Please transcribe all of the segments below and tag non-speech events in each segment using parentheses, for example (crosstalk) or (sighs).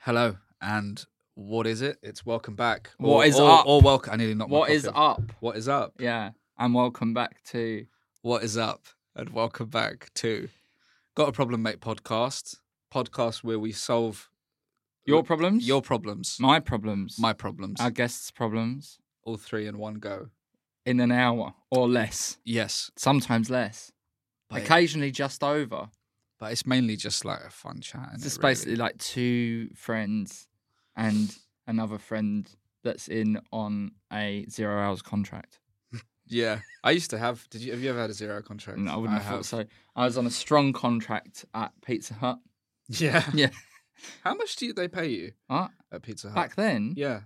Hello, and what is it? It's welcome back. What is or, up? Or welcome. I nearly knocked. my What is coffee. up? What is up? Yeah. And welcome back to What is up? And welcome back to Got a Problem, Mate podcast. Podcast where we solve your problems, your problems, my problems, my problems, our guests' problems all three in one go. in an hour or less, Yes, sometimes less, But- occasionally just over. but it's mainly just like a fun chat. isn't It's just it, really? basically like two friends and another friend that's in on a zero hours contract. yeah. I used to have. Did you have you ever had a zero contract? No, I wouldn't have have. thought so. I was on a strong contract at Pizza Hut. (laughs) Yeah. Yeah. How much do you, they pay you What? at Pizza Hut? Back then? Uh, Yeah.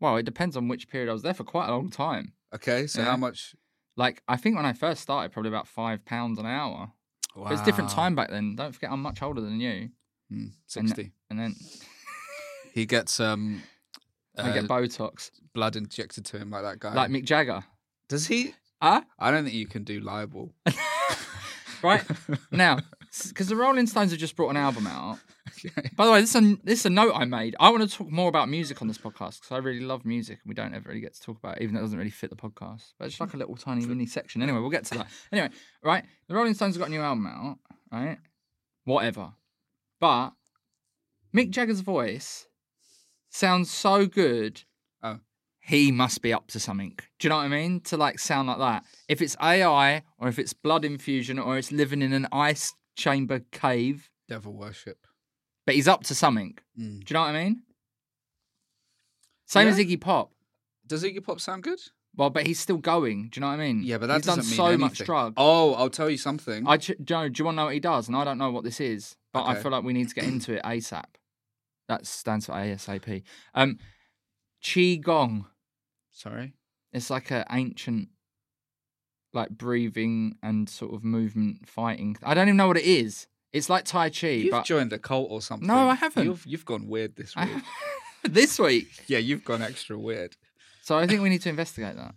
Well, it depends on which period I was there for quite a long time. Okay. So Yeah. how much? Like I think when I first started, probably about five pounds an hour. But it's a different Wow. time back then. Don't forget, I'm much older than you. Mm, And- Sixty. And then He gets um I get uh, Botox, blood injected to him like that guy. like Mick Jagger. does he? Huh? I don't think you can do (laughs) libel. (laughs) Right now, because the Rolling Stones have just brought an album out. By the way, this is, a, this is a note I made. I want to talk more about music on this podcast because I really love music and we don't ever really get to talk about it, even though it doesn't really fit the podcast. But it's like a little tiny mini section. Anyway, we'll get to that. Anyway, right? The Rolling Stones have got a new album out, right? Whatever. But Mick Jagger's voice sounds so good. Oh. He must be up to something. Do you know what I mean? To like sound like that. If it's AI or if it's blood infusion or it's living in an ice chamber cave, Devil worship. but he's up to something. Mm. Do you know what I mean? Same as Yeah. Iggy Pop. Does Iggy Pop sound good? Well, but he's still going. Do you know what I mean? Yeah, but that Hmm. he's done doesn't mean so much anything. drugs. Oh, I'll tell you something. I ch- Joe, do you want to know what he does? And I don't know what this is, but I Okay. feel like we need to get into it ASAP. That stands for ASAP. Um, Qigong. Sorry. It's like an ancient, like breathing and sort of movement fighting. I don't even know what it is. It's like Tai Chi, You've but joined a cult or something. No, I haven't. You've, you've gone weird this (laughs) I week. haven't- (laughs) this week. Yeah, you've gone extra weird. So I think we need to investigate that.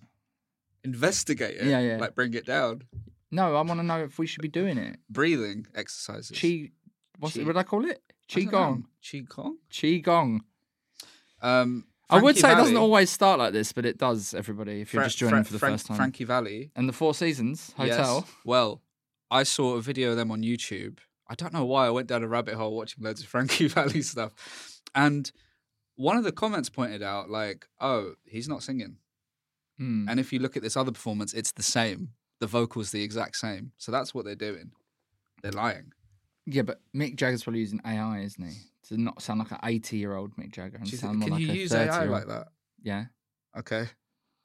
Investigate it. Yeah, yeah. Like bring it down. No, I want to know if we should be doing it. Breathing exercises. Chi, what's Chi- it? What did I call it? I don't know. Qigong. Qigong. Qigong. Um, I would Frankie say it doesn't Valli- always start like this, but it does, everybody, if you're Fra- just joining Fra- for the Frank- first time. Frankie Valley And the Four Seasons Yes. Hotel. Well, I saw a video of them on YouTube. I don't know why I went down a rabbit hole watching loads of (laughs) Frankie Valley stuff. And one of the comments pointed out, like, oh, he's not singing. Hmm. And if you look at this other performance, it's the same. The vocal's the exact same. So that's what they're doing. They're lying. Yeah, but Mick Jagger's probably using AI, isn't he? To not sound like an 80 year old Mick Jagger and Do you thi- sound more can like you a use 30 AI year old. like that? Yeah. Okay.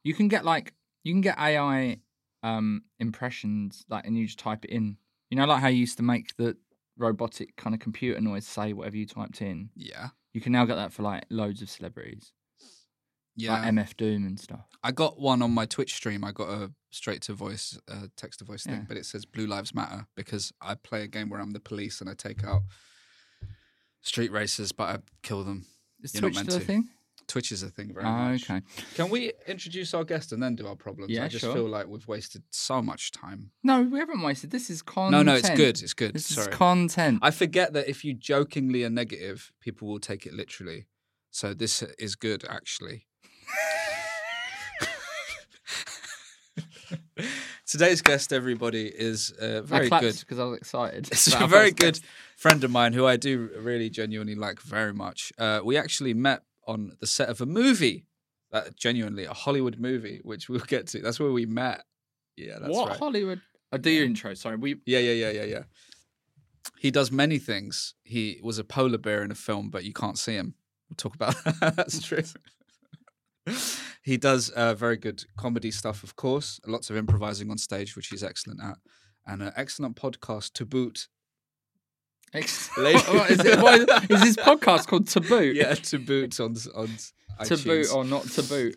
You can get like, you can get AI um, impressions, like, and you just type it in. You know, like how you used to make the robotic kind of computer noise say whatever you typed in? Yeah. You can now get that for like loads of celebrities, Yeah. like MF Doom and stuff. I got one on my Twitch stream. I got a straight to voice, uh, text to voice thing, Yeah. but it says Blue Lives Matter because I play a game where I'm the police and I take out street racers, but I kill them. Is You're not Twitch meant still a to. thing? Twitch is a thing very Ah, much. okay. Can we introduce our guest and then do our problems? Yeah, I just sure. feel like we've wasted so much time. No, we haven't wasted. This is content. No, no, it's good. It's good. This Sorry. is content. I forget that if you jokingly are negative, people will take it literally. So this is good, actually. (laughs) Today's guest, everybody, is a very good. (laughs) because I was excited. It's about a our very first good guest. friend of mine who I do really genuinely like very much. Uh, we actually met on the set of a movie, uh, genuinely a Hollywood movie, which we'll get to. That's where we met. Yeah, that's what right. Hollywood? I do your intro. Sorry, we. Yeah, yeah, yeah, yeah, yeah. He does many things. He was a (laughs) polar bear in a film, but you can't see him. We'll talk about that's true. He does uh, very good comedy stuff, of course. Lots of improvising on stage, which he's excellent at, and an excellent podcast to boot. (laughs) Ex- (laughs) what is, it, what is, is this podcast called Taboo? Yeah, to boot on on To boot iTunes. or not to boot.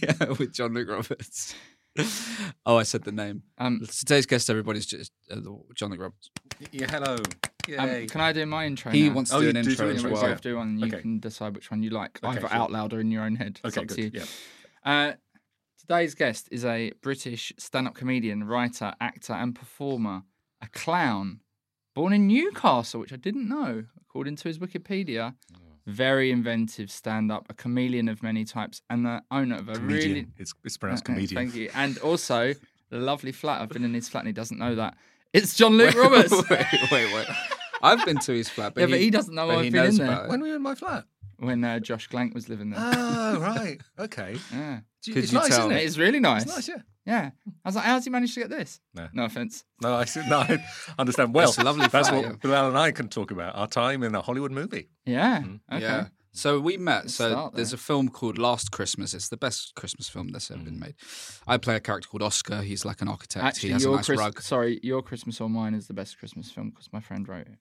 (laughs) yeah, with John Luke Roberts. (laughs) oh, I said the name. Um, Today's guest, everybody's just uh, John Luke Roberts. Yeah, hello. um, Yay. can I do my intro? He now? wants to Oh, do you an do intro do as intro, We well. both do one, and you Okay. can decide which one you like, Okay, either cool. out loud or in your own head. It's okay, up to good. you. Yeah. Uh, today's guest is a British stand-up comedian, writer, actor, and performer, a clown, born in Newcastle, which I didn't know. According to his Wikipedia, Oh. very inventive stand-up, a chameleon of many types, and the owner of a Comedian. really It's, it's pronounced Uh, uh, comedian. Thank you. (laughs) And also, the lovely flat. I've been in his flat and he doesn't know that. It's John (laughs) Luke Roberts. wait, wait, wait. I've been to his flat, but, Yeah, but he doesn't know but I've he been in knows there. about it. When were you in my flat? (laughs) When uh, Josh Glank was living Ah, there. Oh, right. Okay. yeah. Do Could it's you nice, tell? isn't it? It's really nice. It's nice, yeah. yeah. I was like, how's he managed to get this? No. offense. No, I, see- (laughs) no, I understand. Well, It's a lovely that's flat, what yeah. Bilal and I can talk about our time in a Hollywood movie. Yeah. Okay. Yeah. So we met. so start there's a film called Last Christmas. It's the best Christmas film that's ever been made. I play a character called Oscar. He's like an architect. he Mm. Actually, has a your nice Chris- rug. sorry, your Christmas or mine is the best Christmas film because my friend wrote it,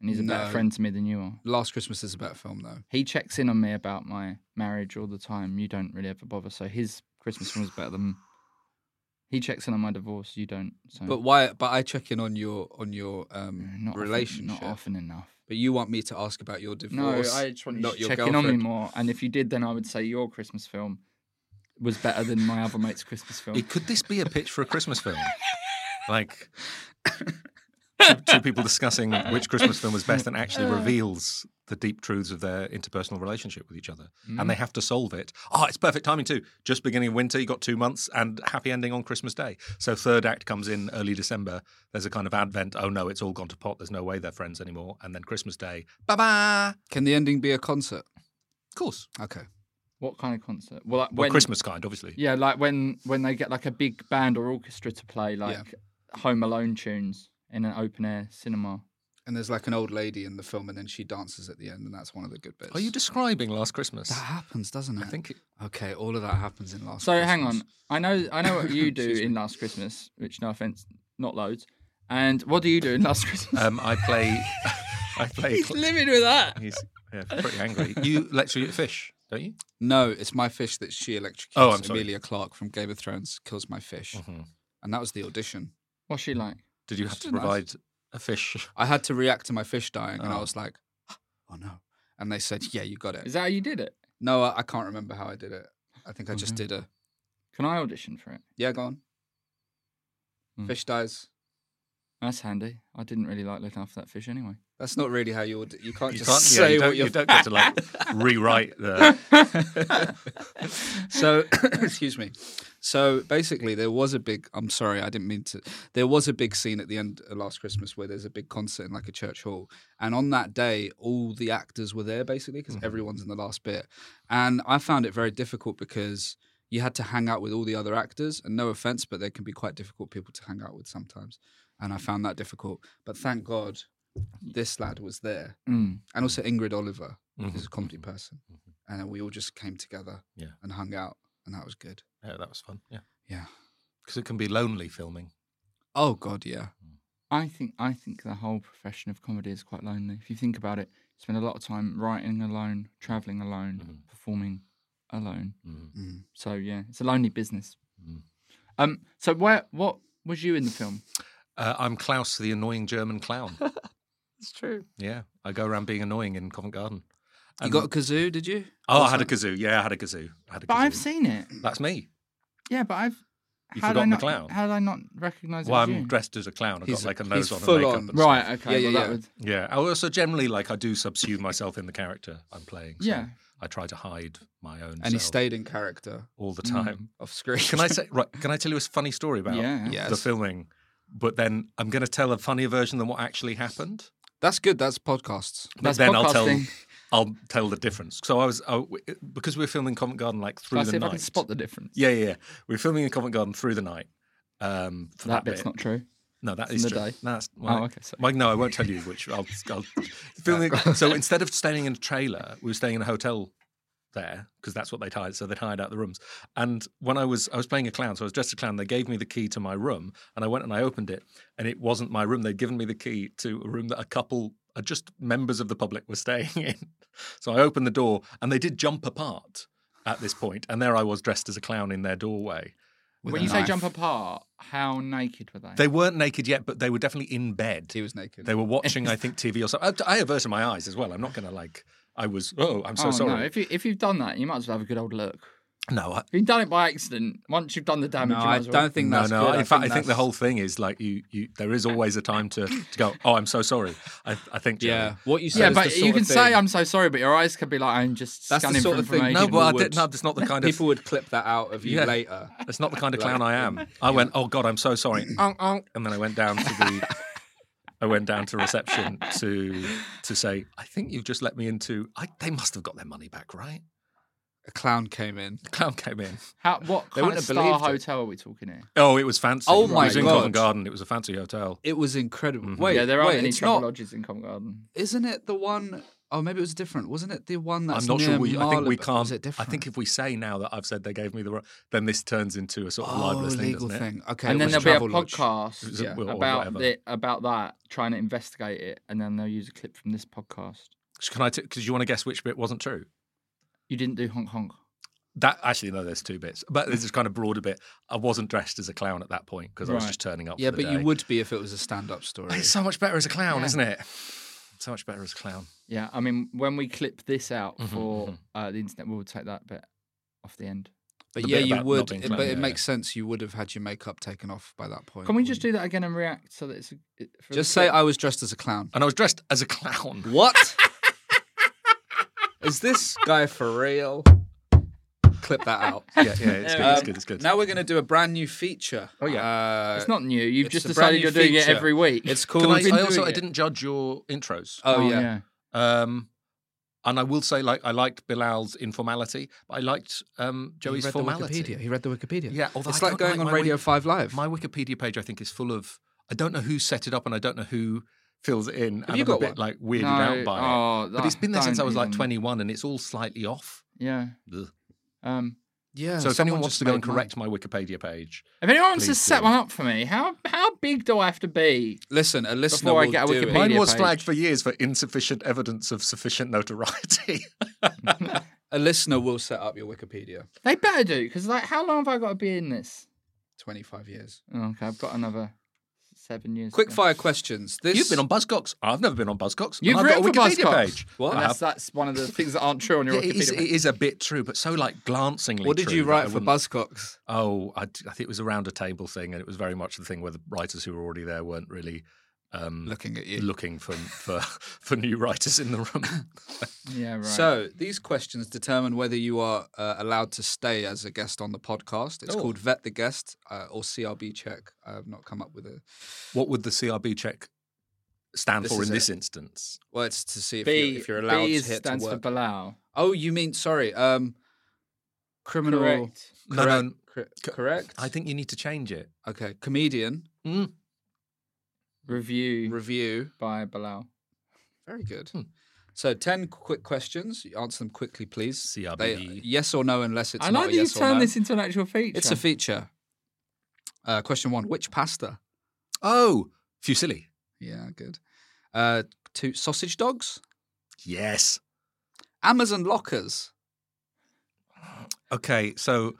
and he's a No. better friend to me than you are. Last Christmas is a better film though. He checks in on me about my marriage all the time. You don't really ever bother, so his Christmas film is better than. He checks in on my divorce. You don't. So But why? But I check in on your on your um, Mm. not often- relationship. not often enough. But you want me to ask about your No, divorce? I just want you not to your check in on girlfriend. me more. And if you did, then I would say your Christmas film was better than my other mate's Christmas film. It- Could this be a pitch for a (laughs) Christmas film? like (laughs) two, two people discussing which Christmas film was best and actually Uh. reveals the deep truths of their interpersonal relationship with each other. And they Mm. have to solve it. Oh, it's perfect timing too. Just beginning of winter, you got two months and happy ending on Christmas Day. So third act comes in early December. There's a kind of advent. Oh no, it's all gone to pot. There's no way they're friends anymore. And then Christmas Day. Bye bye. Can the ending be a concert? Of course. Okay. What kind of concert? Well, like Well, when Christmas kind, obviously. Yeah, like when when they get like a big band or orchestra to play like Home Alone tunes in an open air cinema. And there's like an old lady in the film, and then she dances at the end, and that's one of the good bits. Are you describing Last Christmas? That happens, doesn't it? I think it- Okay, all of that happens in last. So hang Christmas. on, I know I know what (laughs) you do in Last Christmas, which no offense, not loads. And what do you do in Last Christmas? (laughs) Um, I play. (laughs) I play. He's living with that. He's yeah, pretty angry. You electrocute a fish, don't you? No, it's my fish that she electrocutes. Oh, I'm sorry. Mm-hmm. Amelia Clark from Game of Thrones kills my fish, and that was the audition. What's she like? Did you have to Nice. provide a fish? I had to react to my fish dying, and I Oh. was like, "Oh no!" And they said, "Yeah, you got it." Is that how you did it? No, I, I can't remember how I did it. I think I just Mm-hmm. did a Can I audition for it? yeah. Go on. Mm. Hmm. Fish dies. That's handy. I didn't really like looking after that fish anyway. That's not really how you would. (laughs) You can't just can't- yeah, say you don't, what you're. you don't get (laughs) to like rewrite the. so (coughs) excuse me so basically there was a big i'm sorry i didn't mean to there was a big scene at the end of last christmas where there's a big concert in like a church hall and on that day all the actors were there basically because everyone's in the last bit and i found it very difficult because you had to hang out with all the other actors and no offense but they can be quite difficult people to hang out with sometimes and i found that difficult but thank god this lad was there Mm. and also Ingrid Oliver, who's a comedy person, and we all just came together Yeah. and hung out, and that was good. Yeah, that was fun. Yeah, Yeah. because it can be lonely filming. Oh God, yeah. I think I think the whole profession of comedy is quite lonely. If you think about it, you spend a lot of time writing alone, traveling alone, Mm-hmm. performing alone. Mm. So yeah, it's a lonely business. Mm. Um. So where what was you in the film? Uh, I'm Klaus, the annoying (laughs) German clown. It's true. Yeah, I go around being annoying in Covent Garden. You got a kazoo, did you? Oh, I had a kazoo. Yeah, I had a kazoo. I had a But kazoo. I've seen it. That's me. Yeah, but I've. You've how did I forgotten the not- clown. How did I not recognize it? Well, was I'm you? dressed as a clown. I've He's- got like a he's nose on full and makeup. on. And Right. stuff. Okay. Yeah, well, yeah, that yeah. Would, Yeah. I also generally like I do subsume myself in the character I'm playing. so Yeah. I try to hide my own. And Mm. he self stayed in character all the time. off screen. (laughs) Can I say right? Can I tell you a funny story about Yeah. Yes. the filming? But then I'm going to tell a funnier version than what actually happened. That's good. That's podcasts. But That's then I'll tell podcasting. I'll tell the difference. So I was I, because we were filming Covent Garden like through I'll the see if night. I can spot the difference. yeah, yeah, yeah. We were filming in Covent Garden through the night. Um, for That that, bit's bit. not true. No, that in is the true. day. Oh, No, that's, well, okay, sorry. well, no, I won't (laughs) tell you which. I'll, I'll filming. so instead of staying in a trailer, we were staying in a hotel there because that's what they'd hired. So they'd hired out the rooms. And when I was I was playing a clown, so I was dressed as a clown. They gave me the key to my room, and I went and I opened it, and it wasn't my room. They'd given me the key to a room that a couple, uh, just members of the public, were (laughs) staying in. So I opened the door, and they did jump apart at this point, and there I was dressed as a clown in their doorway. with when a you say knife. jump apart, how naked were they? They weren't naked yet, but they were definitely in bed. he was naked. They were watching, (laughs) I think, TV or something. I, I averted my eyes as well. I'm not going to like. I was. Oh, I'm so oh sorry. no! If you if you've done that, you might as well have a good old look. No, I, If you've done it by accident, once you've done the damage, no, you might I as well. don't think no, that's no. good. in fact, I think the that's- whole thing is like you. You there is always a time to, to go. Oh, I'm so sorry. I, I think. Joey- Yeah, what you said. Yeah, is the but sort you of can say thing- I'm so sorry, but your eyes could be like I'm just That's the scanning sort for of thing- information. No, but I would- did, no, (laughs) that's not the kind of. people would clip that out of you Yeah. later. That's not the kind of clown I am. I went. Oh God, I'm (laughs) so sorry. Oh, oh. and then I went down to the. I went down to reception to to say, I think you've just let me into. I, they must have got their money back, right? (laughs) A clown came in. The clown came in. How, what They kind of wouldn't have star believed it. hotel are we talking here? Oh, it was fancy. Oh it my was in God. Covent Garden. It was a fancy hotel. It was incredible. Mm-hmm. Wait, yeah, there aren't wait, any it's travel not. lodges in Covent Garden. Isn't it the one oh maybe it was different. Wasn't it the one that's I'm not sure. near We, I think we Marylebone? can't. Was it I different? think if we say now that I've said they gave me the, ro- then this turns into a sort oh, of libelous legal thing, doesn't it? thing. Okay, and it then was there'll be Travel a Lodge. podcast Is it- or about whatever. the, about that, trying to investigate it, and then they'll use a clip from this podcast. Can I? Because you want to guess which bit wasn't true. You didn't do honk honk. That actually, no, there's two bits, but there's this kind of broader bit. I wasn't dressed as a clown at that point because I was Right. just turning up. Yeah, for the but you day. would be if it was a stand-up story. It's so much better as a clown, isn't it? So much better as a clown. Yeah, I mean, when we clip this out Mm-hmm, for uh, the internet, we'll take that bit off the end. But The yeah, bit you about not would. being it- clean, but it yeah, makes sense. You would have had your makeup taken off by that point. Can we just wouldn't do that again and react so that it's a, it- you? for the Just say clip? I was dressed as a clown. And I was dressed as a clown. (laughs) (laughs) What? Is this guy for real? Clip that (laughs) out. yeah, yeah, it's good, it's Um, good, it's good. Now we're going to do a brand new feature. Oh yeah, uh, it's not new. You've it's just a brand decided new you're doing it feature. every week. It's Can called. I, I also doing I it. didn't judge your intros. oh, yeah. Um, and I will say, like, I liked Bilal's informality, but I liked um, Joey's formality. Wikipedia. He read the Wikipedia. Yeah, although it's I like don't going on like my Radio wiki- Five Live. My Wikipedia page, I think, is full of. I don't know who set it up, and I don't know who fills it in. and you I'm got a bit one? like weirded No, out by oh, it. But it's been there since I don't was like even- 21, and it's all slightly off. Yeah. Ugh. Um, yeah. So if someone anyone wants just to go made and mine. correct my Wikipedia page, if anyone wants to Please set do. one up for me, how how big do I have to be? listen, a listener Before I will get a do it. Wikipedia- mine was page. flagged for years for insufficient evidence of sufficient notoriety. (laughs) A listener will set up your Wikipedia. They better do because like, how long have I got to be in this? Twenty-five years. Oh, okay, I've got another seven years. Quick to go. fire questions. This You've been on Buzzcocks. I've never been on Buzzcocks. and You've I've written got a for Wikipedia Buzzcocks. page. What? I have. Unless that's one of the things that aren't true on your Yeah, Wikipedia. it, is, it page. is a bit true, but so like glancingly. What did true you that I write for wouldn't- Buzzcocks? Oh, I, d- I think it was around a table thing, and it was very much the thing where the writers who were already there weren't really um, Looking at you. looking for, for (laughs) for new writers in the (coughs) room. Yeah, right. So these questions determine whether you are uh, allowed to stay as a guest on the podcast. It's Oh. called Vet the Guest uh, or CRB Check. I have not come up with a. what would the CRB check stand This for is in this it. instance? Well, it's to see if, B, you're, if you're allowed B to hit to stands for work. Bilal. oh, you mean sorry, um, criminal? Correct. No, no, correct- co- cor- correct. I think you need to change it. Okay, comedian Mm. Review review. by Bilal. Very good. Hmm. So ten quick questions. You Answer them quickly, please. CRB. yes or no, unless it's I not like a that you've yes or turned no. this into an actual feature. It's a feature. Uh, question one: Which pasta? Oh, Fusilli. Yeah, good. Uh, two sausage dogs, Yes. Amazon lockers. Okay, so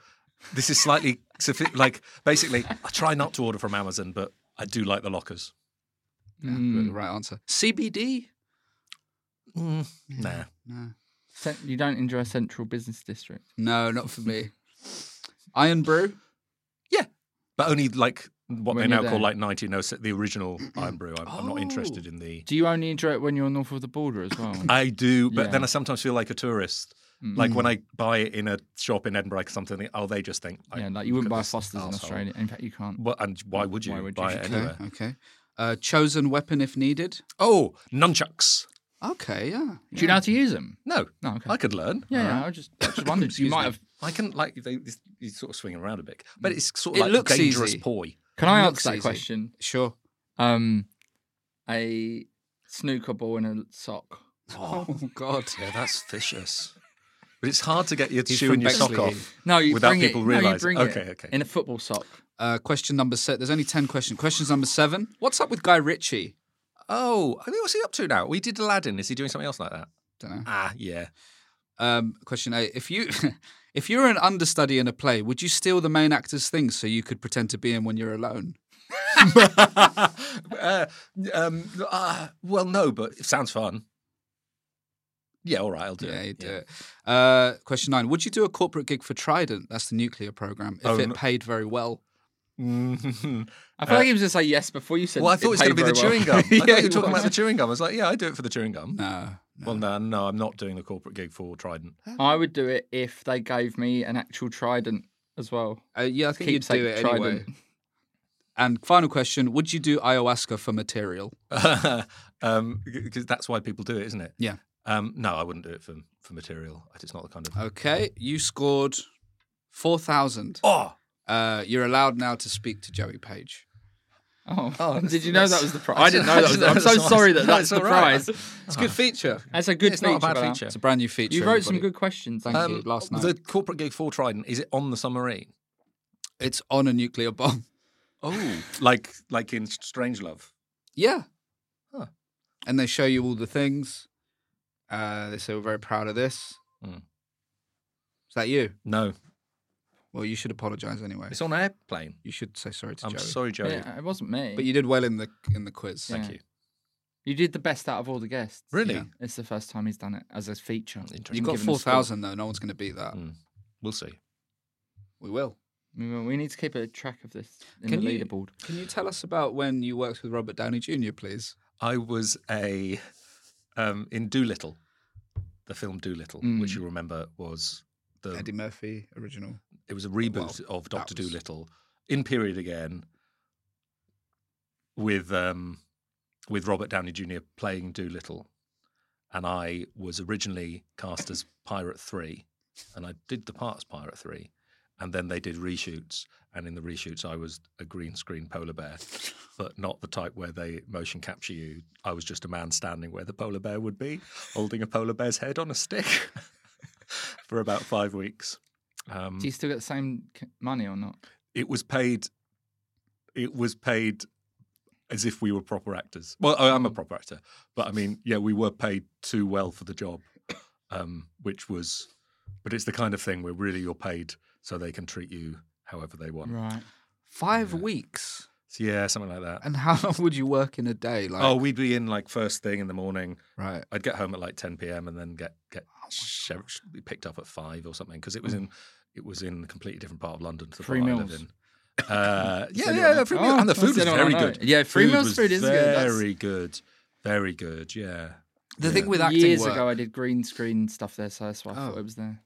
this is slightly sophi- like basically. I try not to order from Amazon, but I do like the lockers. Yeah, The right answer. CBD. Mm, Nah. Cent- you don't enjoy central business district. No, not for me. Iron brew. Yeah, but only like When what they you're now call there. like 1906, the (clears throat) original Iron Brew. I'm, I'm not interested Oh. in the. Do you only enjoy it when you're north of the border as (laughs) well? I do, but then Yeah. Mm. I sometimes feel like a tourist. Like when I buy it in a shop in Edinburgh or something, oh, they just think. yeah, like look you wouldn't at buy this Foster's in arsehole. Australia. In fact, you can't. Well, and why would you Why would you? buy Okay. it anywhere? Okay. Uh, chosen weapon if needed. Oh, nunchucks. Okay. Yeah. Do you know how to use them? No, No, Oh, okay. I could learn. Yeah, yeah. I just, I just (laughs) wondered. you Excuse might me. have. I can like they, this- you sort of swing around a bit, Mm. but it's sort of It like looks dangerous easy. poi. Can I Looks answer that easy. question? Sure. Um, a snooker ball in a sock. (laughs) Oh, God. Yeah, that's vicious. But it's hard to get your He's shoe from and your sock Bexley. off No, you without bring people it. No, you realizing. bring okay, it okay. In a football sock. Uh, question number seven. There's only 10 questions. Questions number seven. What's up with Guy Ritchie? oh, I mean, what's he up to now? We did Aladdin. Is he doing something else like that? Don't know. Ah, (laughs) yeah. Um, question eight. If you (laughs) if you're an understudy in a play, would you steal the main actor's things so you could pretend to be him when you're alone? uh, um, uh, well, no, but it sounds fun. Yeah, all right, I'll do Yeah, it. you do it. Uh, question nine. Would you do a corporate gig for Trident? That's the nuclear program. If Oh, it no. paid very well. (laughs) Mhm. I feel like he was going to say yes before you said. well, I thought it was going to be (laughs) the chewing (laughs) gum. I thought Yeah, you he were talking was. about the chewing gum. I was like, yeah, I do it for the chewing gum. No. Well, no, no, I'm not doing the corporate gig for Trident. (laughs) I would do it if they gave me an actual trident as well. Uh, yeah, I think you'd Keepsake do it Trident. anyway. And final question: Would you do ayahuasca for material? um, because that's why people do it, isn't it? Yeah. Um, no, I wouldn't do it for for material. It's not the kind of. Okay, you scored four thousand. Oh, Uh, you're allowed now to speak to Joey Page. Oh, Oh, did you know that's- that was the prize? I (laughs) I didn't know that was. The, I'm so (laughs) that's sorry that nice. No, that's it's the all right. prize. It's a good feature. That's a good It's feature. not a bad Val. feature. It's a brand new feature. You wrote some everybody. good questions. Thank you. um, Last night. the corporate gig for Trident is it on the submarine? It's on a nuclear bomb. Oh, (laughs) like like in Strange Love. Yeah. Huh. And they show you all the things. Uh, they say we're very proud of this. Mm. Is that you? No, Well, you should apologise anyway. it's on an airplane. You should say sorry to I'm Joey. sorry, Joey. yeah, it wasn't me. But you did well in the in the quiz. Yeah. Thank you. You did the best out of all the guests. Really? Yeah. It's the first time he's done it as a feature. You Interesting. Hmm. Been got given a four score. thousand though. No one's going to beat that. Mm. We'll see. We will. We we need to keep a track of this in Can you- the leaderboard. Can you tell us about when you worked with Robert Downey Jr., please? I was a um, in Doolittle, the film Doolittle, Mm. which you remember was the Eddie Murphy original. it was a reboot Well, of Doctor Oh, that was- Doolittle in period again with um, with Robert Downey Jr. playing Doolittle, and I was originally cast as Pirate Three, and I did the part as Pirate Three, and then they did reshoots, and in the reshoots I was a green screen polar bear, but not the type where they motion capture you. I was just a man standing where the polar bear would be, holding a polar bear's head on a stick. (laughs) For about five weeks, um, Do you still get the same c- money or not? it was paid it was paid as if we were proper actors well I- i'm a proper actor but i mean yeah we were paid too well for the job um, which was but it's the kind of thing where really you're paid so they can treat you however they want Right. Five weeks. so yeah something like that And how (laughs) long would you work in a day? Like, oh we'd be in like first thing in the morning right. i'd get home at like 10 p.m and then get get shev- picked up at five or something because it was in it was in a completely different part of london to the Free part I lived meals. in uh, yeah, anyone yeah, know? free meal- and the Oh, food does was anyone very know? good. Yeah, free meals was food is good. That's- Very good, very good. Yeah, The thing with acting Years work, ago, I did green screen stuff there, so that's why I thought Oh. it was there.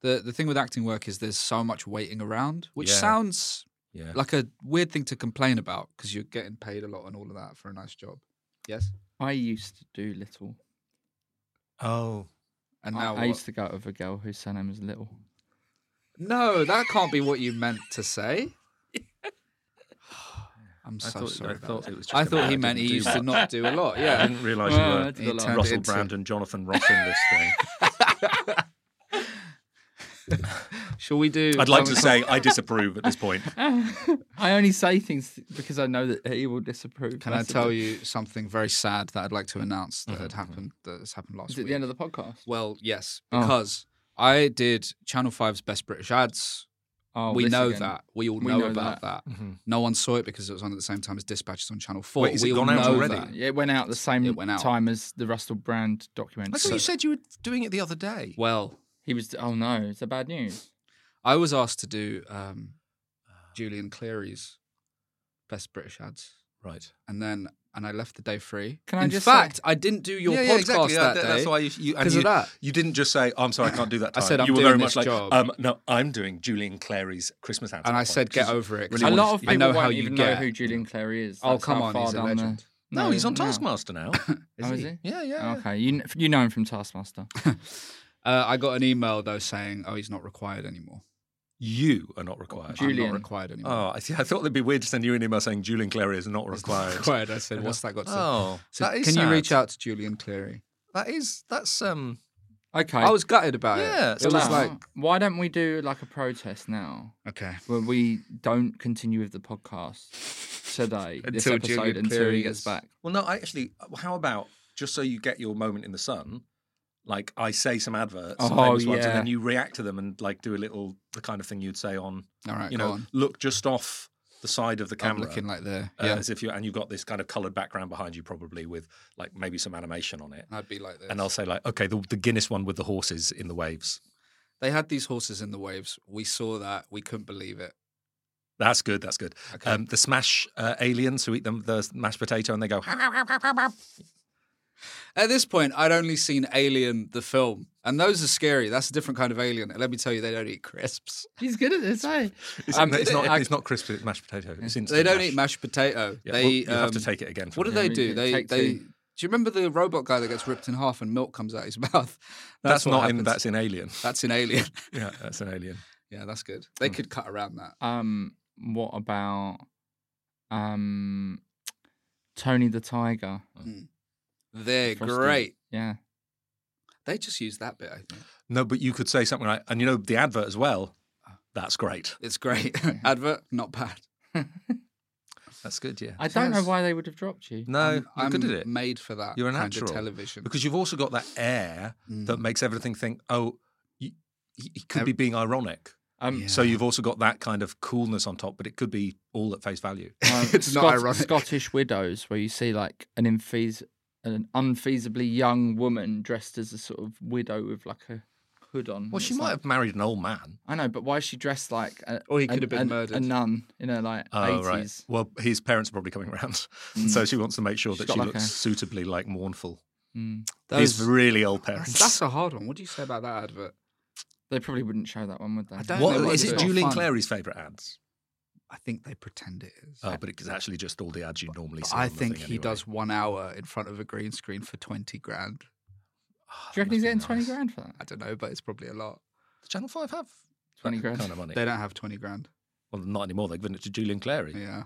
the the thing with acting work is there's so much waiting around, which Yeah. sounds yeah. like a weird thing to complain about because you're getting paid a lot and all of that for a nice job. Yes. I used to do little. oh, And I- now I, what? used to go out with a girl whose surname was Little. No, that can't be what you meant to (laughs) say. (sighs) I'm so I thought, sorry. I about thought that. it was. Just I thought he about- meant I he didn't used do to much. not do a lot. I (laughs) Yeah. didn't realise Well, I did you a were lot. Turned it Russell into- Brand and Jonathan Ross in this thing. Shall we do? I'd like to say I disapprove at this point. I only say things because I know that he will disapprove. Can I tell you something very sad that I'd like to announce that Mm-hmm. had happened? That has happened last Is week. it the end of the podcast? Well, yes, Oh. because I did Channel 5's Best British Ads. Oh, we this know again. that. We all We know, know Mm-hmm. about that. No one saw it because it was on at the same time as Dispatches on Channel 4. Wait, is we it all gone out know already? that. It went out the same It went out. time as the Russell Brand I documentary. thought you said you were doing it the other day. Well, He was. Oh no, it's a bad news. I was asked to do um, Julian Cleary's Best British Ads. Right. And then, and I left the day free. Can I In just say- fact, I didn't do your podcast yeah, yeah, exactly. that That- day. That's why you, you, and 'Cause of you, that. you didn't just say, "Oh, "I'm sorry, I can't do that." (laughs) I Time. said, "I'm you were doing very this much like, job." Um, "No, I'm doing Julian Clary's Christmas Ads." and at I the said, point," "get which is over it. 'cause really I a lot wanted wanna- of I people know won't how you even get. know who Julian Clary is. Oh, That's come how on, far he's a down the- legend. No, he's on no. (laughs) Taskmaster now. Oh, is he? Yeah, yeah. Okay, you kn- you know him from Taskmaster. Uh, I got an email though saying, "Oh, he's not required anymore. You are not required. I'm Julian. not required anymore." Oh, I, see, I thought it'd be weird to send you an email saying Julian Clary is (laughs) not required. required. I said, "What's that got to?" Oh, (laughs) So that is can you sad. reach out to Julian Cleary? That is that's um. Okay. I was gutted about Yeah, it. so It was now- like, why don't we do like a protest now? (laughs) okay. where we don't continue with the podcast today, (laughs) this Until episode, Julian until Cleary he gets is- back. Well, no, I actually. How about just so you get your moment in the sun? Like I say some adverts, Oh, famous ones, yeah. and then you react to them and like do a little the kind of thing you'd say on, All right, you go know, on. look just off the side of the I'm camera, looking like there. uh, Yeah, as if you and you've got this kind of coloured background behind you, probably with like maybe some animation on it. I'd be like this. And I'll say like, okay, the, the Guinness one with the horses in the waves. They had these horses in the waves. We saw that. We couldn't believe it. That's good. That's good. Okay. Um, the smash uh, aliens who eat them the mashed potato and they go. At this point, I'd only seen Alien the film, and those are scary. That's a different kind of alien. And let me tell you, they don't eat crisps. He's good at this, eh? It's, Um, it's (laughs) not. I- it's not crisp. It's mashed potato. It's They instant don't mash. eat mashed potato. Yeah, they well, you'll have to um, take it again. from What do here. they we do? can They take they. two. Do you remember the robot guy that gets ripped in half and milk comes out his (laughs) mouth? That's, what not in. happens. That's in Alien. (laughs) That's in Alien. yeah, that's an Alien. yeah, that's good. Hmm. They could cut around that. Um, what about um, Tony the Tiger? They're Frosty. great. Yeah. They just use that bit. I think No, but you could say something like, and you know the advert as well. That's great. it's (laughs) great. Advert, not bad. That's good. Yeah. I don't know Yes. why they would have dropped you. no, I'm- you're good I'm at it. Made for that. You're a kind of natural. television. Mm. because you've also got that air that makes everything think, oh, he, he he could be being ironic. (laughs) Um, So you've also got that kind of coolness on top, but it could be all at face value. um, It's not ironic. Scottish widows, where you see like an infeas- an unfeasibly young woman dressed as a sort of widow with like a hood on. Well, and she it's might like- have married an old man. I know, but why is she dressed like? A, Or he a- could have been a- murdered. A nun in her like Oh, eighties. right. Well, his parents are probably coming around. Mm. so she wants to make sure She's that got she like looks a- suitably like mournful. Those- His really old parents. that's, that's a hard one. What do you say about that advert? They probably wouldn't show that one, would they? I don't what know, is it's it? not Julian fun. Clary's favourite ads? I think they pretend it is. Oh, but it's actually just all the ads you normally see. I on the think thing he anyway. does one hour in front of a green screen for twenty grand. Do you reckon he's getting twenty nice. grand for that? I don't know, but it's probably a lot. Does Channel Five have 20 that grand. kind of money. They don't have twenty grand. Well, not anymore. They've given it to Julian Clary. Yeah,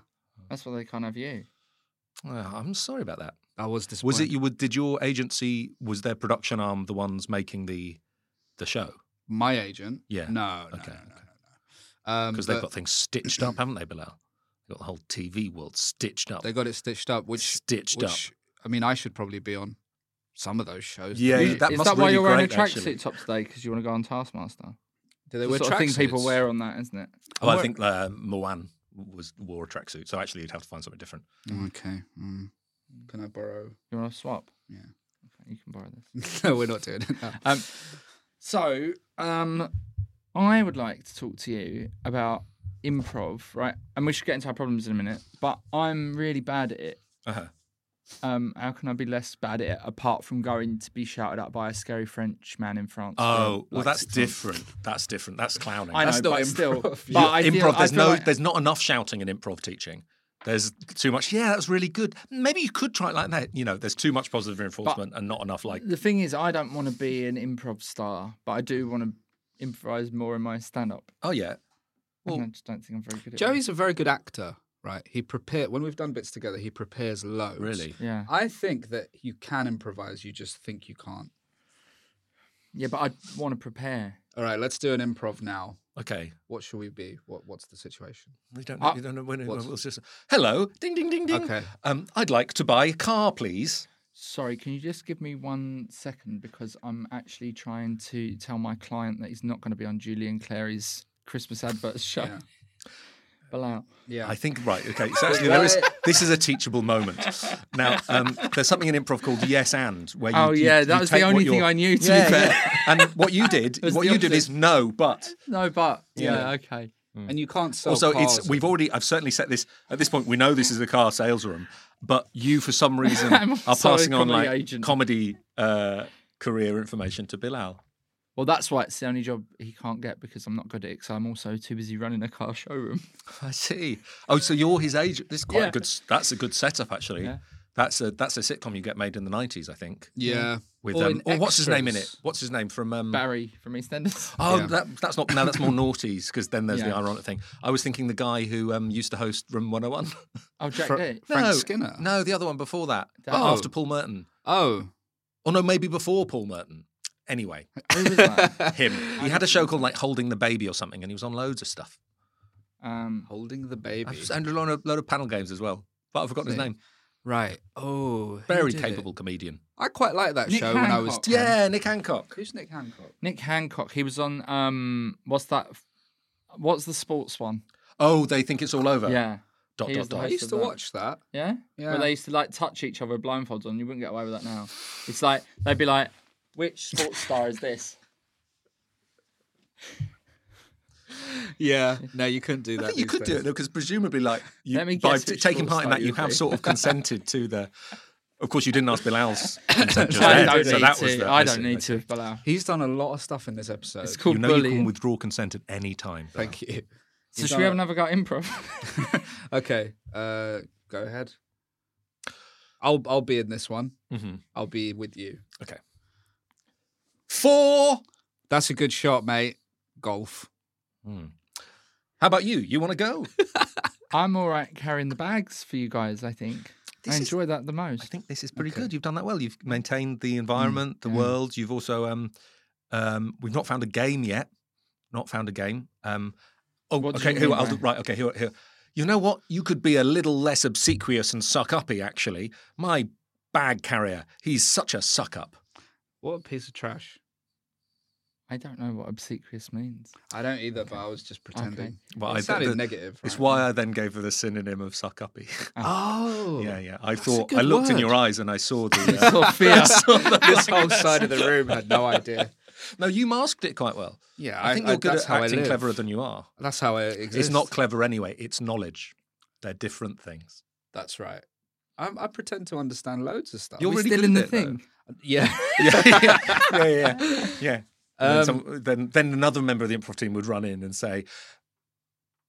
That's why they can't have you. Oh, I'm sorry about that. that was Was disappointing. it you? would- Did your agency? Was their production arm the ones making the the show? my agent? Yeah. No. no, Okay, No. No. no. Um, Because but they've got things stitched up, haven't they, Bilal? They've got the whole TV world stitched up. they got it stitched up, which Stitched up. which, I mean, I should probably be on some of those shows. Yeah, Do you- they- that is must that why really you're wearing a great, actually. tracksuit top today? Because you want to go on Taskmaster. do they It's wear the sort of thing people tracksuits? wear on that, isn't it? Oh, I What- think uh, Moan was wore a tracksuit, so actually you'd have to find something different. Okay. mm. Can I borrow? (laughs) You want to swap? Yeah. Okay, you can borrow this. no, we're not doing it. No. Uh, Um, so, um, I would like to talk to you about improv, right? And we should get into our problems in a minute. But I'm really bad at it. Uh-huh. Um, how can I be less bad at it apart from going to be shouted at by a scary French man in France? for, Oh, like, (laughs) well, that's six months? different. That's different. That's clowning. I know, That's but not improv. still, but You're I feel- improv. I There's feel no. like- There's not enough shouting in improv teaching. There's too much. Yeah, that was really good. Maybe you could try it like that. You know, there's too much positive reinforcement and not enough like. the thing is, I don't want to be an improv star, but I do want to improvise more in my stand-up. Oh yeah. and I just don't think I'm very good at it. Joey's a very good actor, right? He prepare when we've done bits together. He prepares loads. Really? Yeah, I think that you can improvise. You just think you can't. yeah, but I want to prepare. All right, let's do an improv now. Okay. What should we be? What What's the situation? We don't. Uh, we don't know when. what's- It's just hello. Ding ding ding ding. Okay. Um, I'd like to buy a car, please. Sorry, can you just give me one second because I'm actually trying to tell my client that he's not going to be on Julian Clary's Christmas adverts (laughs) show. Yeah. Bill out. Yeah. I think right. (laughs) Okay. So actually, there is. This is a teachable moment. Now, um, there's something in improv called yes and where you. Oh, you- yeah, that you was the take what only you're- thing I knew, to be Yeah, fair. yeah. And what (laughs) you did, was what the you did opposite. is no, but. No, but yeah, Yeah. okay. and you can't sell. Also, cars. it's we've already. I've certainly set this at this point. We know this is a car sales room, but you, for some reason, (laughs) I'm are sorry, passing on comedy like agent. comedy uh, career information to Bilal. Well, that's why it's the only job he can't get because I'm not good at it. Because I'm also too busy running a car showroom. (laughs) I see. Oh, so you're his age. This is quite Yeah. a good. s- That's a good setup, actually. Yeah. That's a that's a sitcom you get made in the nineties, I think. yeah. With Or um, in oh, what's his name in it? extras. What's his name from? Um, Barry from EastEnders. oh, Yeah. that, that's not. No, that's more naughties because then there's the Yeah. ironic thing. I was thinking the guy who um, used to host Room One (laughs) Hundred One. Oh, Jack Fra- D. Frank no, Skinner. No, the other one before that. Dan- After Paul Merton. Oh, Or no, maybe before Paul Merton. (laughs) Anyway, Who was that? him. He had a show called like Holding the Baby or something, and he was on loads of stuff. um, Holding the baby. I've just- And a load of, load of panel games as well. But I've forgotten his See. name. Right. Oh, who Very did it? capable comedian. I quite liked that Nick show when I was Hancock. ten. Yeah, Nick Hancock. Who's Nick Hancock? Nick Hancock. He was on. Um, what's that? What's the sports one? Oh, they think it's all over. yeah. Dot He dot was the dot. I host used of to that. watch that. Yeah? Yeah. Where they used to like touch each other with blindfolds on. You wouldn't get away with that now. It's like they'd be like, which sports star is (laughs) this? Yeah. (laughs) No, you couldn't do that. I think you these could do it days. though, because presumably, like you, Let me by guess t- which taking part in sports that, you that have you'd sort of consented to the. Of course, you didn't ask Bilal's consent (laughs) just I then, don't so need that to. was the- I listen, don't need listen. to, uh, Bilal. He's done a lot of stuff in this episode. It's called You know you bullying. can withdraw consent at any time. Bilal. Thank you. (laughs) so should we have another go at improv? (laughs) Okay. Uh, go ahead. I'll I'll be in this one. Mm-hmm. I'll be with you. Okay. Four. That's a good shot, mate. Golf. How about you? You want to go? I'm all right carrying the bags for you guys, I think. I is- enjoy that the most. I think this is pretty good. You've done that well. You've maintained Mm, the environment, the world. You've also um, um, we've not found a game yet. Not found a game. Um, oh, What do okay. you Here, mean I'll by- do, right. Okay, here, here. You know what? You could be a little less obsequious and suck uppy. Actually, my bag carrier. He's such a suck up. What a piece of trash. I don't know what obsequious (laughs) means. I don't either, but I was just pretending. Okay. Well, it I- sounded the- negative. It's right? why I then gave her the synonym of suck (laughs) uppy. Oh. yeah, yeah. I that's a thought good I looked in word. your eyes and I (laughs) saw the. Uh, Sort of fear. this whole side of the room had no idea. no, you masked it quite well. Yeah, I, I- think I- you're good that's at how I acting live. cleverer than you are. That's how it exists. It's not clever anyway. It's knowledge. They're different things. That's right. I'm, I pretend to understand loads of stuff. You're We're really still good in the at it, though. thing. (laughs) yeah. yeah, yeah, yeah, yeah. (laughs) yeah. And then, some, then, then another member of the improv team would run in and say,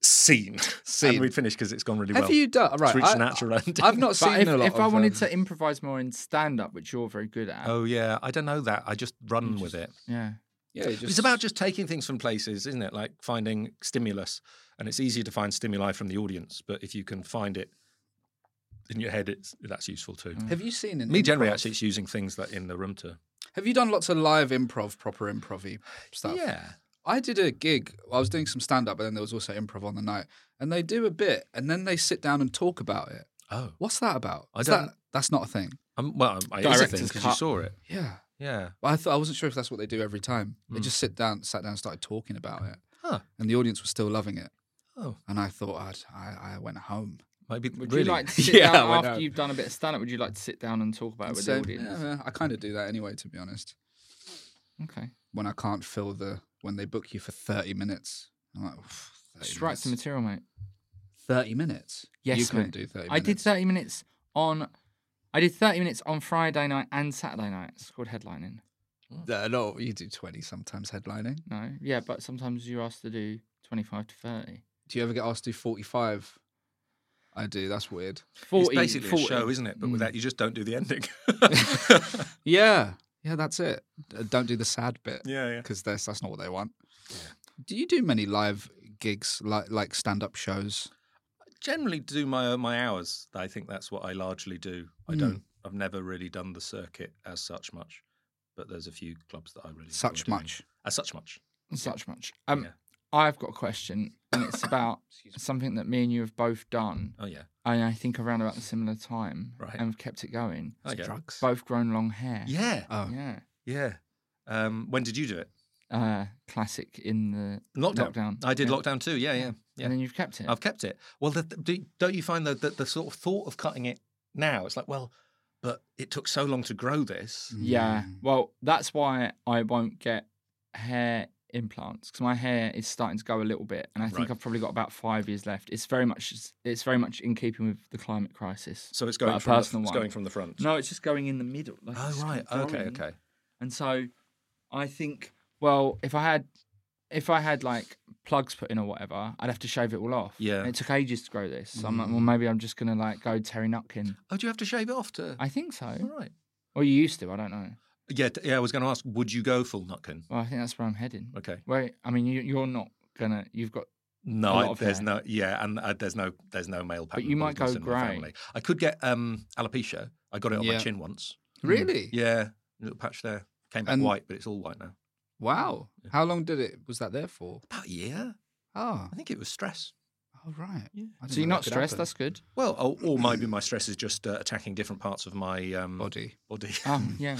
"Scene." (laughs) Scene. And we'd finish because it's gone really Have well. you done right? reached I, an actual ending. I've not But seen if, a lot. if of, I wanted um, to improvise more in stand up, which you're very good at, Oh yeah, I don't know that. I just run with it. yeah. yeah, you just, It's about just taking things from places, isn't it? Like finding stimulus, and it's easier to find stimuli from the audience. But if you can find it in your head, it's that's useful too. Have you seen in Me generally, improv- actually, it's using things that in the room to. Have you done lots of live improv, proper improv stuff? Yeah. I did a gig. I was doing some stand up, but then there was also improv on the night. And they do a bit, and then they sit down and talk about it. Oh, What's that about? I Is don't- That, that's not a thing. um, well, I it's a thing Director's because you cut. saw it. Yeah. Yeah. Well, I thought I wasn't sure if that's what they do every time. They just sit down, sat down, and started talking about it, Huh. and the audience was still loving it. Oh. And I thought I'd, I, I went home. Maybe Would really. you like (laughs) to sit Yeah, I down went after out. you've done a bit of stand up? Would you like to sit down and talk about it with So, the audience? yeah, yeah, I kind of do that anyway, to be honest. Okay. When I can't fill the, when they book you for thirty minutes, I'm like, "Oof, 30 Just write some minutes. material, mate. thirty minutes. Yes, you couldn't do mate. thirty. I did minutes. 30 minutes on. I did 30 minutes on Friday night and Saturday night. It's called headlining. No, no, you do twenty sometimes headlining. No, yeah, but sometimes you're asked to do 25 to 30. Do you ever get asked to do forty-five? I do. That's weird. 40, it's basically 40. a show, isn't it? But Hmm. with that, you just don't do (laughs) the ending. (laughs) Yeah, yeah, that's it. Uh, Don't do the sad bit. Yeah, yeah. Because that's that's not what they want. Do you do many live gigs like like stand up shows? Generally, do my uh, my hours. I think that's what I largely do. Hmm. I don't. I've never really done the circuit as such much, but there's a few clubs that I really enjoy Such doing. much. as such much. Such much. Um, Yeah. I've got a question, and it's about something that me and you have both done. Oh yeah, And I think around about a similar time, Right. and we've kept it going. oh, yeah. Drugs. Both grown long hair. Yeah, Oh, Yeah. yeah. Um, when did you do it? Uh, classic in the Lockdown. Lockdown, I did yeah. lockdown too. Yeah, yeah, yeah. And then you've kept it. I've kept it. Well, the, do, don't you find that the, the sort of thought of cutting it now? It's like, well, but it took so long to grow this. Yeah. Well, that's why I won't get hair implants because my hair is starting to go a little bit, and I think Right. I've probably got about five years left. It's very much it's very much in keeping with the climate crisis. So it's but going a from personal the, it's one. going from the front. No, it's just going in the middle. Like Oh it's just right. kind of Okay. going. Okay. And so, I think well, if I had if I had like plugs put in or whatever, I'd have to shave it all off. Yeah. And it took ages to grow this. So I'm like, Mm. well, maybe I'm just gonna like go Terry Nutkin. Oh, do you have to shave it off to? I think so. All right. Or you used to. I don't know. Yeah. t- Yeah. I was going to ask, would you go full nutkin? Well, I think that's where I'm heading. Okay. Wait, I mean, you, you're not gonna. You've got. No, A lot I, of there's hair. no. Yeah, and uh, there's no. There's no male pattern. you might baldness go in my grey. family. I could get um alopecia. I got it on Yeah. my chin once. Hmm. Really? Yeah, little patch there. Came back And- white, but it's all white now. Wow. How long did it was that there for? About a year. Oh, I think it was stress. oh right. I didn't So you're know not that could stressed. happen. That's good. Well, or, or maybe my stress is just uh, attacking different parts of my um, body, Body. (laughs) (laughs) Oh yeah,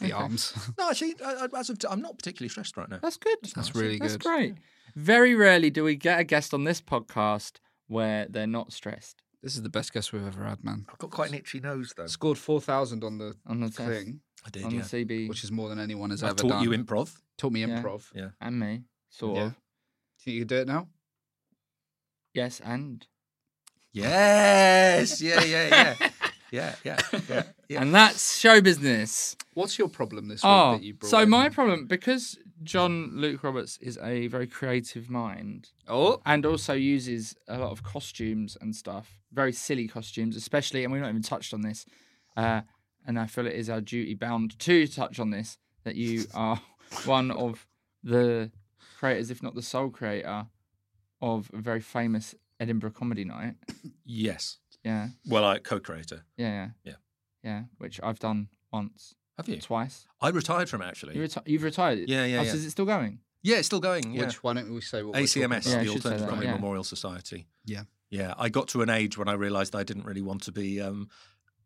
the arms. (laughs) no, actually, I, I, as of t- I'm not particularly stressed right now. that's good. That's really That's good. great. Very rarely do we get a guest on this podcast where they're not stressed. This is the best guess we've ever had, man. I've got quite an itchy nose though. Scored four thousand on the On the test. thing, I did, on yeah. the CB, which is more than anyone has I've ever taught done. you improv. taught me Yeah. improv. Yeah. and me, sort Yeah. of. Think you can do it now? Yes, and Yes. Yeah. Yeah. Yeah. yeah. Yeah. Yeah. Yeah. and that's show business. What's your problem this week Oh, that you brought? so in? my problem because John Luke Roberts is a very creative mind. Oh, and also uses a lot of costumes and stuff, very silly costumes, especially. And we've not even touched on this, uh, and I feel it is our duty bound to touch on this that (laughs) you are one of the creators, if not the sole creator, of a very famous Edinburgh comedy night. Yes. Yeah, Well, I co-creator. yeah, yeah, Yeah. yeah, which I've done once, Have you? twice. I retired from it, actually. You reti- you've retired. Yeah, yeah, Oh, yeah. So is it still going? yeah, it's still going. Yeah. which why don't we say what we're talking ACMS, about? Yeah, I should the say Alternative that, Comedy yeah. Memorial Society. Yeah. Yeah, I got to an age when I realised I didn't really want to be um,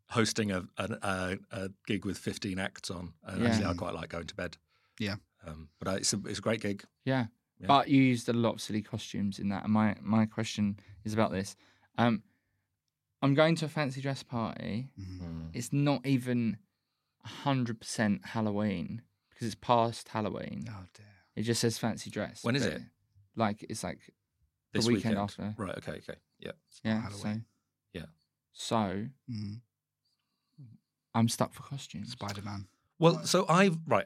hosting a, an, a a gig with fifteen acts on. And Yeah. Actually, I quite like going to bed. Yeah. um, but I, it's a, it's a great gig. Yeah. Yeah. But you used a lot of silly costumes in that. And my, my question is about this. Um, I'm going to a fancy dress party. Mm-hmm. It's not even 100% Halloween because it's past Halloween. Oh dear. It just says fancy dress. Ah. When is but it? Like, it's like, The This weekend after. Right. Okay. Okay. Yeah. yeah. So, Halloween. Yeah. So Mm-hmm. I'm stuck for costumes. Spider Man. Well, so I've right.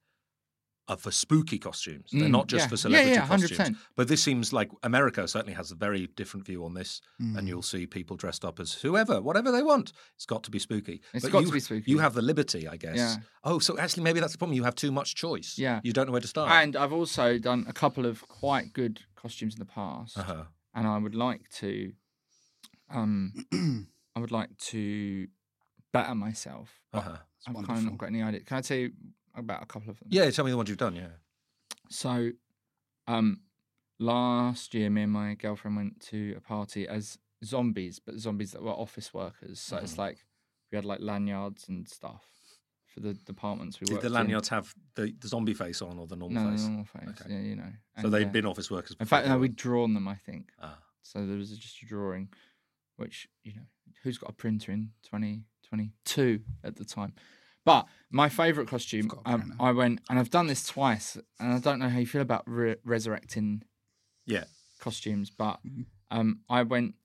are for spooky costumes. They're Mm, not just yeah. for Yeah, celebrity yeah, costumes. 100%. But this seems like America certainly has a very different view on this, Mm. and you'll see people dressed up as whoever, whatever they want. It's got to be spooky. It's But got to you, be spooky. You have the liberty, I guess. Yeah. Oh, so actually, maybe that's the problem. You have too much choice. Yeah. You don't know where to start. And I've also done a couple of quite good costumes in the past. uh-huh. and I would like to, (clears throat) um, I would like to better myself. but Uh-huh. I've kind of not got any idea. Can I tell you about a couple of them? Yeah, tell me the ones you've done. Yeah. So, um, last year, me and my girlfriend went to a party as zombies, but zombies that were office workers. So it's Mm-hmm. like we had like lanyards and stuff for the departments we Did worked the in. lanyards have the, the zombie face on or the normal No, face? no, normal face. Okay. Yeah, you know. So and, they'd uh, been office workers. In before fact, they no, were- we'd drawn them. I think. Ah. So there was just a drawing, which, you know, who's got a printer in 2022 at the time? But my favourite costume, got a um, printer. I went, and I've done this twice, and I don't know how you feel about re- resurrecting Yeah. costumes, but Mm-hmm. um, I went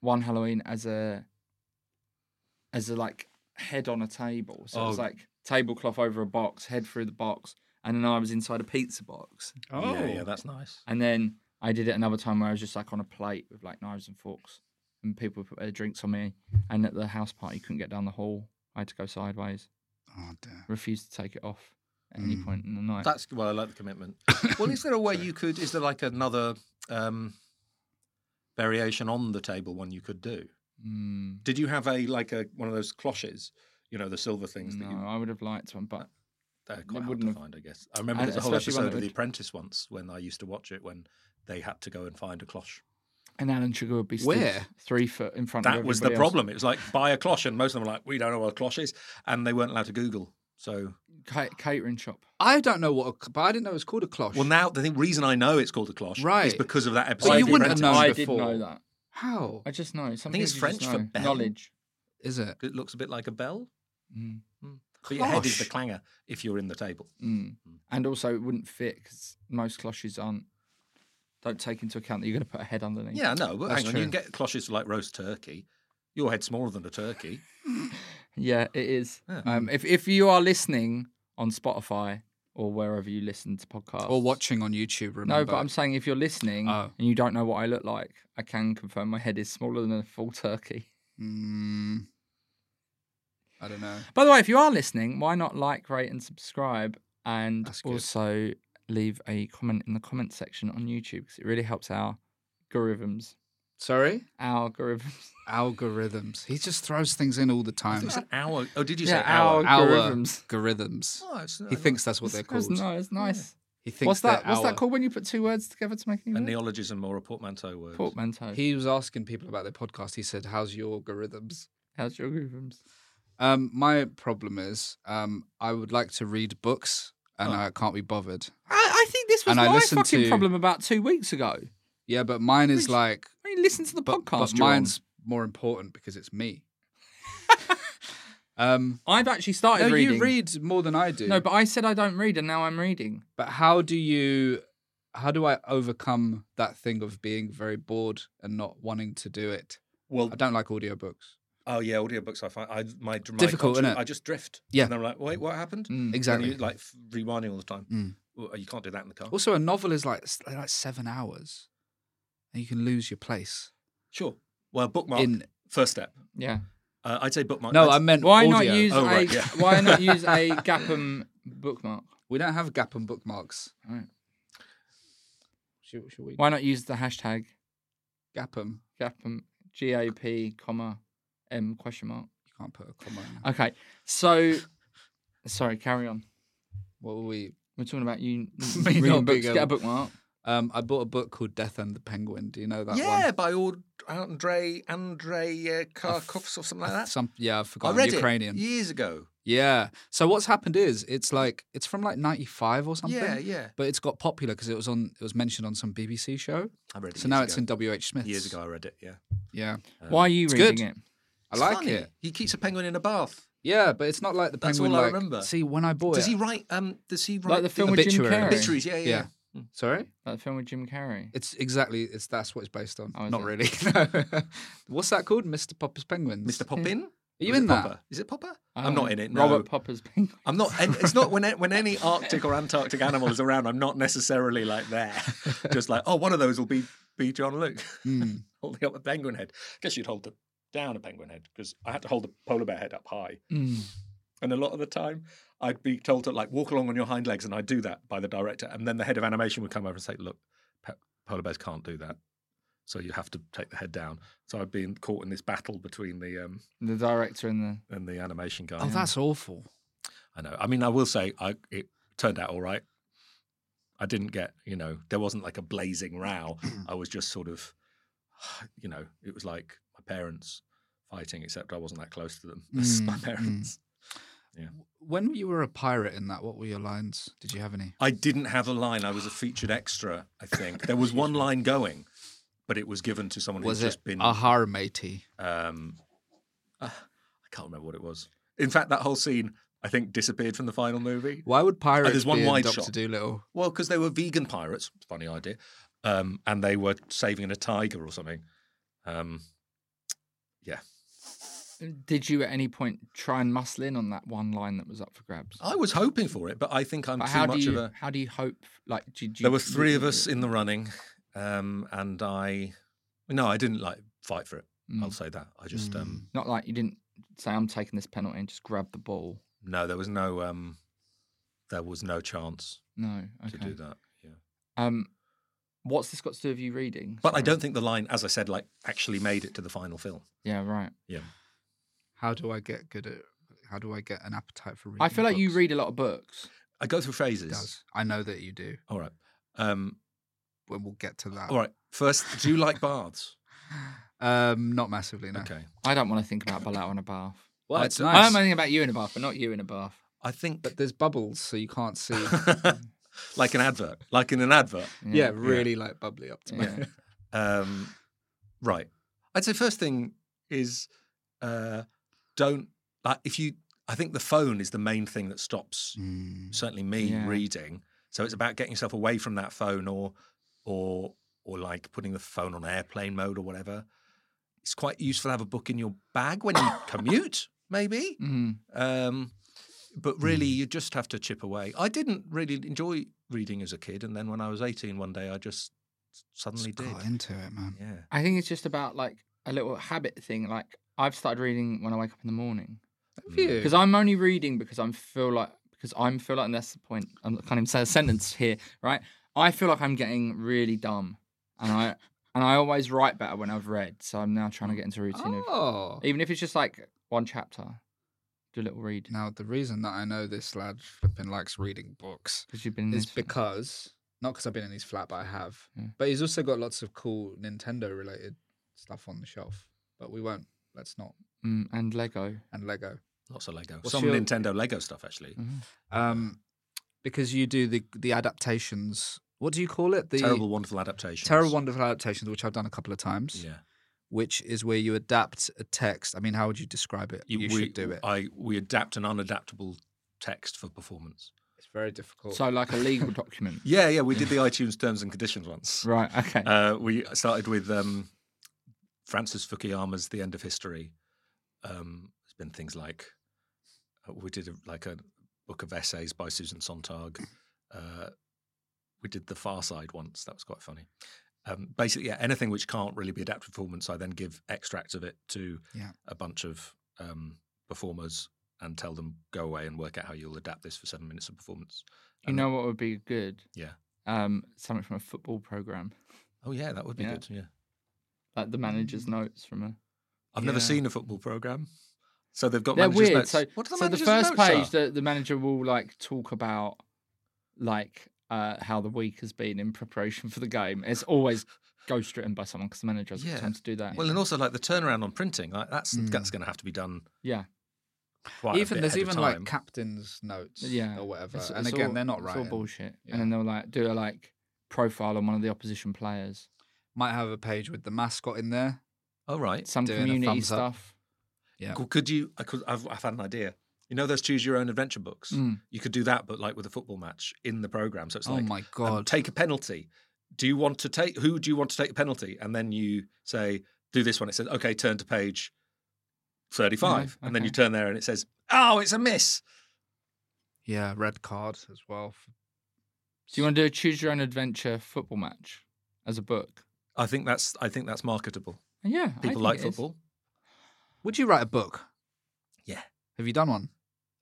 one Halloween as a, as a like head on a table. So it was Oh. like tablecloth over a box, head through the box, and then I was inside a pizza box. Oh, Yeah, yeah, that's nice. And then I did it another time where I was just like on a plate with like knives and forks, and people put their drinks on me. And at the house party, couldn't get down the hall. I had to go sideways. oh dear. Refused to take it off at Mm. any point in the night. That's well, I like the (laughs) commitment. well, is there a way you could? Is there like another um, variation on the table one you could do? Mm, Did you have a like a one of those cloches? You know, the silver things no, that you. I would have liked one, but They're it quite hard wouldn't to have- find, I guess. I remember and there's a whole especially one episode that of The would- Apprentice once when I used to watch it when they had to go and find a cloche. and Alan Sugar would be stood Where? three foot in front. That of was the everybody else. problem. It was like buy a cloche, and most of them were like, "We don't know what a cloche is," and they weren't allowed to Google. So, Ca- catering shop. I don't know what, a, but I didn't know it was called a cloche. well, now the thing, reason I know it's called a cloche is Right. because of that episode. But you of The wouldn't have known Apprentice. I before. did know that. how I just know. Some think it's things you just French for know. bell. knowledge. is it? It looks a bit like a bell, Mm. but your head is the Cloche. clanger if you're in the table. Mm. And also, it wouldn't fit because most cloches aren't. Don't take into account that you're going to put a head underneath. Yeah, no, but That's hang on, true. you can get cloches for like roast turkey. Your head's smaller than a turkey. Yeah, it is. Yeah. Hmm. Um, if if you are listening on Spotify or wherever you listen to podcasts Or watching on YouTube? Remember? No, but I'm saying if you're listening Oh. and you don't know what I look like, I can confirm my head is smaller than a full turkey. (laughs) Mm, I don't know. By the way, if you are listening, why not like, rate, and subscribe, and That's good. also leave a comment in the comment section on YouTube because it really helps our algorithms. Sorry, Our algorithms. algorithms. He just throws things in all the I time. think it's an hour. Oh, did you Yeah, say hour? hour. Algorithms. algorithms. Oh, it's- He thinks that's what they're That was called. nice. (laughs) It's nice. He thinks What's that? they're What's that our- called when you put two words together to make a a word? neologism or a portmanteau word. portmanteau? He was asking people about their podcast. He said, "How's your algorithms?" How's your algorithms? Um, my problem is, um, I would like to read books and I can't be bothered. I, I think this was And I my listened fucking to- problem about two weeks ago. Yeah, but mine is Which- like, I mean, listen to the but, podcast. but you're on. mine's more important because it's (laughs) me. um, I've actually started no, reading. you read more than I do. No, but I said I don't read, and now I'm reading. but how do you? How do I overcome that thing of being very bored and not wanting to do it? Well, I don't like audiobooks. oh yeah, audiobooks. I find I my, my Difficult, conscious- innit? I just drift. Yeah. Mm, and I'm like, wait, what happened? And Exactly. you like f- rewinding all the time. Mm. Well, you can't do that in the car. Also, a novel is like s- like seven hours, and you can lose your place. Sure. Well, bookmark. In- first step. Yeah. Uh, I'd say bookmark. No, I'd- I meant Why audio. not use Oh, a right, yeah. (laughs) Why not use a Gapham bookmark? We don't have gap and bookmarks. Right. Should, should we? Why not use the hashtag Gap 'em. Gapham G A P comma M question mark? You can't put a comma. In. there. Okay. So, sorry. Carry on. What were we? We're talking about you (laughs) Me reading not books. being Get a able- bookmark. Um, I bought a book called Death and the Penguin. Do you know that yeah, one? by Aud- Andrei Andrei uh, Karkovs or something like that. Some yeah, I've I forgotten. read Ukrainian. it years ago. Yeah. So what's happened is it's like it's from like '95 or something. Yeah, yeah. But it's got popular because it was on. It was mentioned on some BBC show. I read it. So years now it's ago. in W. H. Smith. Years ago, Uh, I read it. Yeah, Yeah. Why are Uh, you it's reading good. it? I It's like funny. it. He keeps a penguin in a bath. Yeah, but it's not like the That's penguin. all I like- remember. See, when I bought Does it, he write? Um, does he write Like the film with Jim Obituary. Carrey. obituaries? Yeah, Hmm. yeah. Yeah. Sorry. That film with Jim Carrey. It's exactly it's that's what it's based on. Oh, is Not it? really. (laughs) No. What's that called? Mr. Popper's Penguins. Mr. Are Poppin. Or you is in it that? Popper? Is it Popper? I I'm don't not know. in it. No. Robert Popper's penguin. I'm not. And it's not when when any Arctic or Antarctic animal is around. I'm not necessarily like (laughs) there. Just like oh, one of those will be be John Luke (laughs) Mm. holding up a penguin head. guess you'd hold the, down a penguin head because I had to hold the polar bear head up high, Hmm. Mm. and a lot of the time I'd be told to like walk along on your hind legs, and I'd do that by the director, and then the head of animation would come over and say, "Look, pe- polar bears can't do that." So you have to take the head down. So I've been caught in this battle between the um, The director and the and the animation guy. Oh, that's awful. I know. I mean, I will say I, it turned out all right. I didn't get, you know, there wasn't like a blazing (clears throat) row. I was just sort of, (sighs) you know, it was like my parents fighting, except I wasn't that close to them. (laughs) as Mm, my mm. parents. When you were a pirate in that, what were your lines? Did you have any? I didn't have a line. I was a featured extra, I think. There (laughs) was one line going, but it was given to someone Was who's it Ah. just been. Ahara matey? Um, (sighs) uh, I can't remember what it was. In fact, that whole scene, I think, disappeared from the final movie. Why would pirates there's one be in wide Doctor shot. Doolittle? Well, because they were vegan pirates. Funny idea. Um, and they were saving a tiger or something. Um, yeah. Did you at any point try and muscle in on that one line that was up for grabs? I was hoping for it, but I think I'm But too how much do you of a. how do you hope? Like, did you? There were three of us in the running, um, and I. No, I didn't like fight for it. Mm. I'll say that. I just um, Not like you didn't say I'm taking this penalty and just grab the ball. no, there was no um, there was no chance No, okay. to do that. Yeah. Um, what's this got to do with you reading? But I Sorry. don't think the line, as I said, like actually made it to the final film. Yeah, right. Yeah. How do I get good at? How do I get an appetite for reading? I feel like you books? read a lot of books. I go through It phases. does. I know that you do. All right. Um, But We'll get to that. All right. First, do you (laughs) like baths? Um, not massively. No. Okay. I don't want to think about Bilal in a bath. Well, it's I nice. am thinking about you in a bath, but not you in a bath. I think (laughs) but there's bubbles, so you can't (laughs) see. like an advert, like in an advert. yeah, really like bubbly up to me. Yeah. (laughs) Um, right. I'd say first thing is uh, don't like if you. I think the phone is the main thing that stops certainly me Mm. Yeah. reading. So it's about getting yourself away from that phone, or or or like putting the phone on airplane mode or whatever. It's quite useful to have a book in your bag when (coughs) you commute, maybe. Um, but really, you just have to chip away. I didn't really enjoy reading as a kid, and then when I was eighteen, one day I just suddenly did. Got into it, man. Yeah. I think it's just about like a little habit thing. Like I've started reading when I wake up in the morning Have you? because I'm only reading because I'm feel like because I'm feel like and that's the point. I'm, I can't even say a sentence here, right? I feel like I'm getting really dumb, and I and I always write better when I've read. So I'm now trying to get into a routine of Oh. even if it's just like one chapter, do a little read Now, the reason that I know this lad flipping likes reading books because you've been in is this for- because, not because I've been in his flat, but I have. Yeah. But he's also got lots of cool Nintendo related stuff on the shelf. But we won't. Let's not. Mm, and Lego. And Lego. Mm. Lots of Lego. What's Some your- Nintendo Lego stuff, actually. Um, because you do the, the adaptations. What do you call it? The terrible, wonderful adaptations. Terrible Wonderful Adaptations, which I've done a couple of times. Yeah. Which is where you adapt a text. I mean, how would you describe it? You, we, should do it. I we adapt an unadaptable text for performance. it's very difficult. So like a (laughs) legal document. Yeah, yeah. We did the (laughs) iTunes terms and conditions once. Right. Okay. Uh, we started with um, Francis Fukuyama's The End of History. Um, there's been things like uh, we did a, like a book of essays by Susan Sontag. Uh, we did The Far Side once. That was quite funny. Um, basically, yeah, anything which can't really be adapted to performance, I then give extracts of it to Yeah. a bunch of um, performers and tell them go away and work out how you'll adapt this for seven minutes of performance. Um, you know what would be good? Yeah. Um, something from a football program, Oh yeah, that would be Yeah. good. Yeah. like the manager's Mm. notes from a. I've never Yeah. seen a football program, so they've got They're managers' weird. notes. So, what are so the the managers' first notes page, are? the, the manager will like talk about like uh, how the week has been in preparation for the game. It's always ghost written by someone because the manager has Yeah. time to do that. Well, and also like the turnaround on printing, like that's that's going to have to be done yeah. quite a Hmm. even bit there's ahead of even like time. captain's notes yeah, or whatever It's- and it's again all- they're not it's right all bullshit. And then they'll like do a like profile on one of the opposition players, might have a page with the mascot in there All right, some Doing a community thumbs up. stuff. yeah. Could- could you? I could, I've, I've had an idea. You know those choose your own adventure books. You could do that, but like with a football match in the program. So it's Hmm. Oh like, my um, God. take a penalty. Do you want to take? Who do you want to take a penalty? And then you say, do this one. It says, okay, turn to page thirty-five, Mm-hmm. and then you turn there, and it says, oh, it's a miss. yeah red card as well So you want to do a choose your own adventure football match as a book? I think that's I think that's marketable. Yeah, I People think like it is. football. would you write a book Yeah. have you done one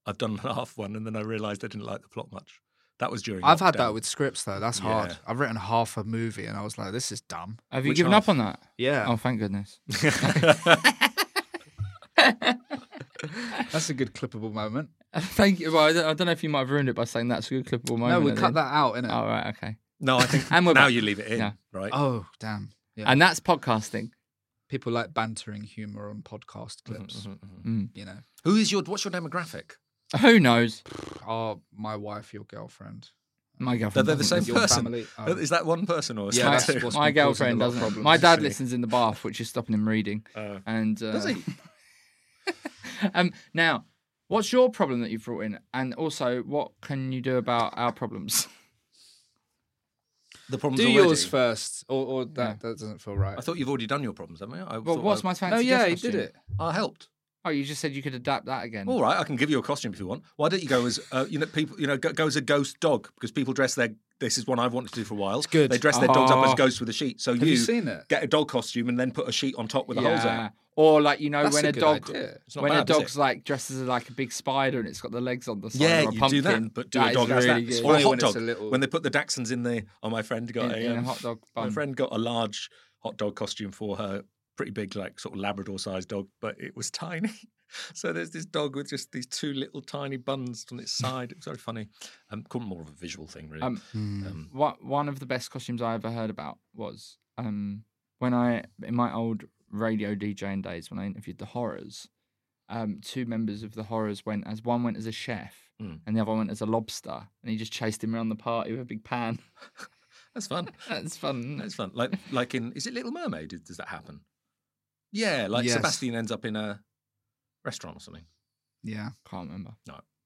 I've done (laughs) half one, and then I realised I didn't like the plot much. That was during. i've had lockdown. that with scripts though that's hard Yeah. i've written half a movie and i was like this is dumb Have you Which given half? up on that? yeah Oh, thank goodness. that's a good clippable moment thank you. Well, I don't, I don't know if you might have ruined it by saying that's a good clippable no moment. we at the cut end. that out innit? Oh, right, okay. No, I (laughs) think And now we're back. you leave it in, Yeah. right? oh damn yeah And that's podcasting. people like bantering humor on podcast clips you know Who is your? What's your demographic? Who knows? oh my wife your girlfriend My They're, girlfriend. they're the doesn't listen. same Your person. (laughs) family- oh. Is that one person or is Yeah, that's that two? what's- My been causing girlfriend a lot of doesn't. problems My dad this year. listens in the bath, which is stopping him reading. and (laughs) uh, Does he? um, now, what's your problem that you've brought in, and also what can you do about our (laughs) problems? The problems do already. yours first or, or that, that doesn't feel right I thought you've already done your problems, haven't you? I Well, thought what's I- my fancy? no yeah dress he did costume? it I helped. Oh, you just said you could adapt that again. All right, I can give you a costume if you want. Why don't you go as uh, you know people? You know, go, go as a ghost dog because people dress their. This is one I've wanted to do for a while. It's good. They dress their dogs up as Oh. ghosts with a sheet. So Have you seen it? Get a dog costume and then put a sheet on top with the holes in. Yeah. it. Or like you know That's when a a, good dog idea. It's not when a bad, is it? dog's like dresses as like a big spider and it's got the legs on the side Yeah, of a you pumpkin. do that, but do That a is dog dress really that. It's good. Or a funny hot when it's dog. a little- When they put the Dachshunds in the, oh, my friend got In- a, in a um, hot dog My bun. friend got a large hot dog costume for her, pretty big, like sort of Labrador-sized dog, but it was (laughs) tiny. So there's this dog with just these two little tiny buns on its side. It was very funny. Um, called more of a visual thing, really. Um, Um, What one of the best costumes I ever heard about was um, when I in my old radio DJing days when I interviewed the horrors, um, two members of the horrors went as one went as a chef Mm. and the other one went as a lobster, and he just chased him around the party with a big pan. (laughs) That's fun. That's fun. That's fun. Like like in is it Little Mermaid? Does- Does that happen? Yeah, like Yes. Sebastian ends up in a restaurant or something. Yeah, Can't remember.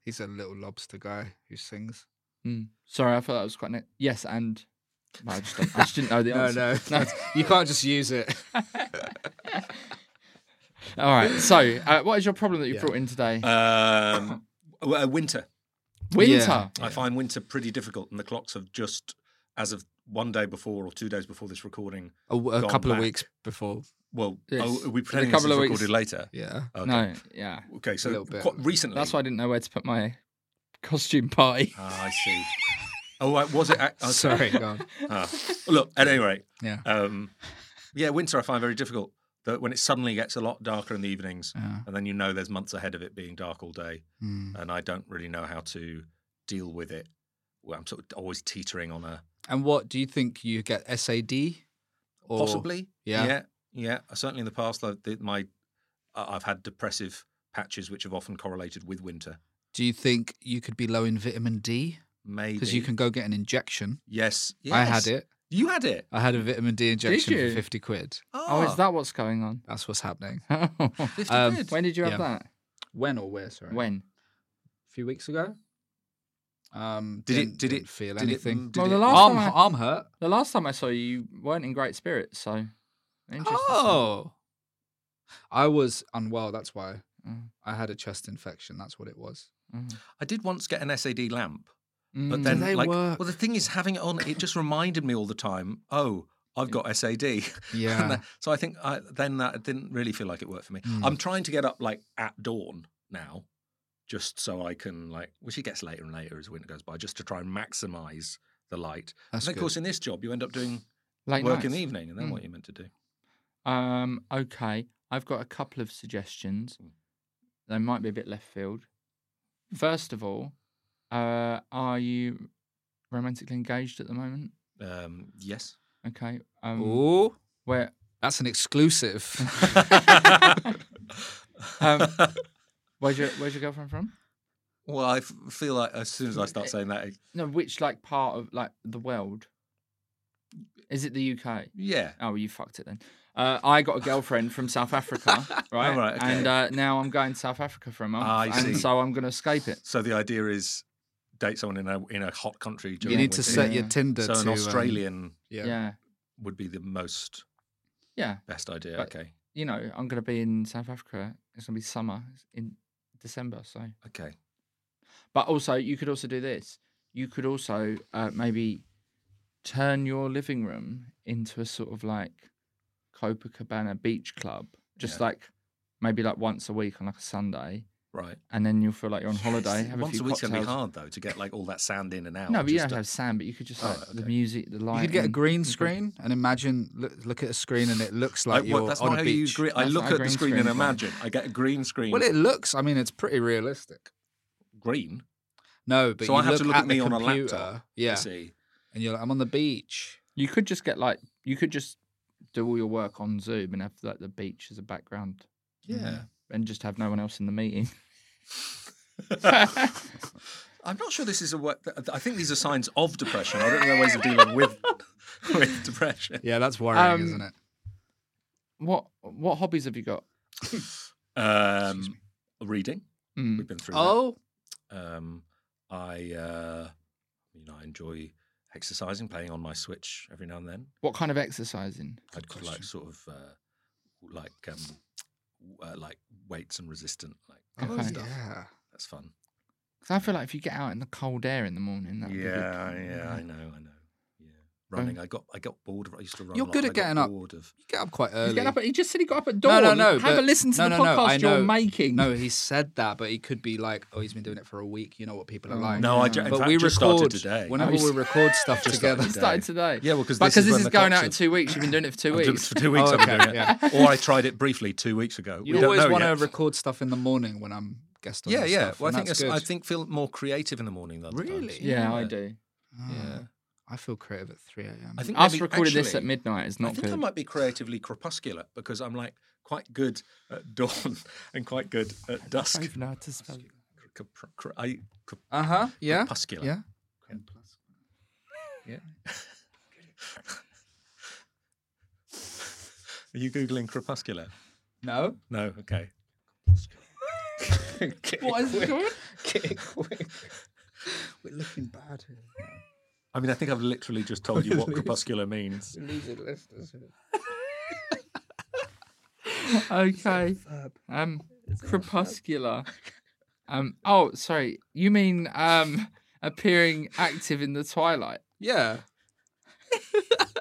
he's a little lobster guy who sings. Mm. Sorry, I thought that was quite. Ne- yes, and No, I, just don't, I just didn't (laughs) know the No, answer. no, (laughs) (laughs) you can't just use it. All right. So, uh, what is your problem that you Yeah. brought in today? (coughs) Um, w- uh, winter. Winter. I find winter pretty difficult, and the clocks have just, as of one day before or two days before this recording, A, w- a Gone couple back. of weeks before. well, Yes. oh, are we In a pretending couple this of is weeks. recorded later? Yeah. Okay. No. Yeah. Okay, so little bit. quite recently. That's why I didn't know where to put my costume party. Ah, I see. Oh, I- was it? ac- oh, Sorry, (laughs) go on. Ah. Look, at any rate, Yeah. um, yeah, winter I find very difficult. That when it suddenly gets a lot darker in the evenings, Yeah. and then you know there's months ahead of it being dark all day, Mm. and I don't really know how to deal with it. Well, I'm sort of always teetering on a And what do you think you get? SAD? Or... possibly. yeah. yeah, yeah. Certainly in the past, like, the, my I- I've had depressive patches which have often correlated with winter. Do you think you could be low in vitamin D? Maybe Because you can go get an injection. E Yes, I had yes. it. You had it. I had a vitamin D injection you? for 50 quid. Oh, Ah. is that what's going on? That's what's happening. Um, quid? when did you have Yeah. that? (laughs) When or where, sorry? When? A few weeks ago. Um, Did it- didn't- did it- didn't feel did it- anything? did Well, the it- last arm, time I- arm hurt. The last time I saw you, you weren't in great spirits. So, interesting. Oh. I was unwell. That's why Mm. I had a chest infection. That's what it was. Mm. I did once get an SAD lamp, but Mm. then they like, work? well, the thing is, having it on, it just reminded me all the time. Oh, I've got SAD. (laughs) (laughs) And Yeah. Hmm. that- so I think I, then that didn't really feel like it worked for me. I'm trying to get up like at dawn now, just so I can like, which it gets later and later as winter goes by, just to try and maximise the light. That's and of course, good. Hmm. in this job, you end up doing Late work in nights. the evening, and then Mm. what are you meant to do? Um, okay. I've got a couple of suggestions. They might be a bit left field. First of all, uh, are you romantically engaged at the moment? Um, yes. Okay. Um, Ooh, Where? Mm. that's an (laughs) exclusive. (laughs) Um, where's your Where's your girlfriend from? well, I f- feel like as soon as I start saying that, it- No, which like part of like the world? Is it the UK? yeah, Oh, well, you fucked it then. Uh, I got a girlfriend from South (laughs) Africa, right? right, okay. Ah, And uh, now I'm going to South Africa for a month, I see. and so I'm going to escape it. So the idea is date someone in a in a hot country. you During need to winter. set your Yeah. Tinder So to an um, Australian yeah. yeah. would be the most yeah. best idea. But- okay, you know, I'm going to be in South Africa. It's going to be summer in December. So, okay. but also, you could also do this. You could also uh, maybe turn your living room into a sort of like Copacabana beach club, just Yeah. like maybe like once a week on like a Sunday. Right. And then you'll feel like you're on holiday. See, Have a Once few a week's gonna be cocktails. hard though to get like all that sand in and out. No, but you Just don't a- have sand, but you could just Oh, like the okay. music, the light. You could get a green screen and imagine look, look at a screen and it looks like I- you're well, that's on not a how beach. you use green. I That's look not how at the green screen screen and is. imagine. I get a green screen. Well, it looks. I mean, it's pretty realistic. green. No, but so you I have to look at the me on a computer, laptop. Yeah, To see. and you're like, I'm on the beach. You could just get like you could just do all your work on Zoom and have like the beach as a background. Mm-hmm. Yeah. and just have no one else in the meeting. (laughs) I'm not sure this is a word. I think these are signs of depression. I don't know ways of dealing with (laughs) with depression. Yeah, that's worrying, Um, isn't it? What what hobbies have you got? Um, reading. Mm. We've been through. that. Oh, Um, I, uh, you know, I enjoy exercising, playing on my Switch every now and then. What kind of exercising? I'd quite like sort of uh, like um, w- uh, like weights and resistant like Okay. kind of stuff. Oh, yeah. That's fun. 'Cause I feel like if you get out in the cold air in the morning, that would be good. Yeah, yeah, I know, I know. Yeah, running. I got I got bored of. I used to run. a You're lot, good and at I got getting up. bored of- You get up quite early. He's getting up at- he just said he got up at No, dawn. no, no. Have a but- listen no, to the no, no, I podcast you're know- making. (laughs) No, he said that, but he could be like, "Oh, he's been doing it for a week." You know what people are like. Mm. No, I ju- in but fact, we just record started today. Whenever Oh, you we s- (laughs) record stuff Just together, started started today. Yeah, well, 'cause But this is when the going clocks out in are- two weeks. You've been doing it for two I've done it weeks. (laughs) (laughs) for two weeks. Oh, I've been okay, doing it. Or I tried it briefly two weeks ago. you we always don't know want to yet. record stuff in the morning when I'm guest on. Yeah, your yeah. Stuff, well, I and think that's it's- I good. think feel more creative in the morning. than other times. Really? yeah, I do. Ah. I feel creative at 3 a.m. I think Us maybe recorded this at actually- midnight is I not think I good. might be creatively crepuscular because I'm like quite good at (laughs) dawn and quite good at dusk. Cre- cre- cre- I, cre- Ah, Uh huh. Yeah. Crepuscular. Yeah. (laughs) are you googling crepuscular? No. No. Okay. What is it called? We're looking bad here. I mean, I think I've literally just told (laughs) you what crepuscular means. (laughs) Okay. Um, crepuscular. Um. Oh, sorry. You mean um, (laughs) appearing active in the twilight? Yeah. (laughs)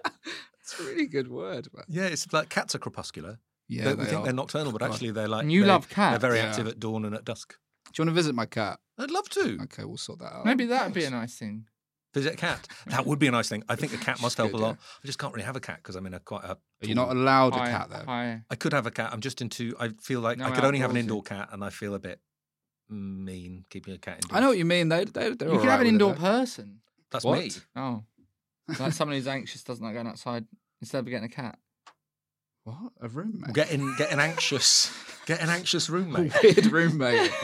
It's a really good word, man. Yeah, it's like cats are crepuscular. Yeah, They- we they think are. they're nocturnal, but actually they're like And you they- love cats. They're very Yeah. active at dawn and at dusk. Do you want to visit my cat? I'd love to Okay, we'll sort that out. Maybe that'd be a nice thing. visit a cat. That would be a nice thing. I think a cat must help a Good, lot. I just can't really have a cat because I'm in a quite a. You're not allowed a Hi- cat there. hi. I could have a cat. I'm just into. I feel like No I could only have an outdoorsy. indoor cat, and I feel a bit mean keeping a cat indoors. I know what you mean. They, they, they're You all could right have an with it, indoor though. person. That's What? me. Oh, like someone who's anxious doesn't like going outside instead of getting a (laughs) cat. What? A roommate? (laughs) Getting get an anxious, get an anxious roommate. Weird roommate. (laughs)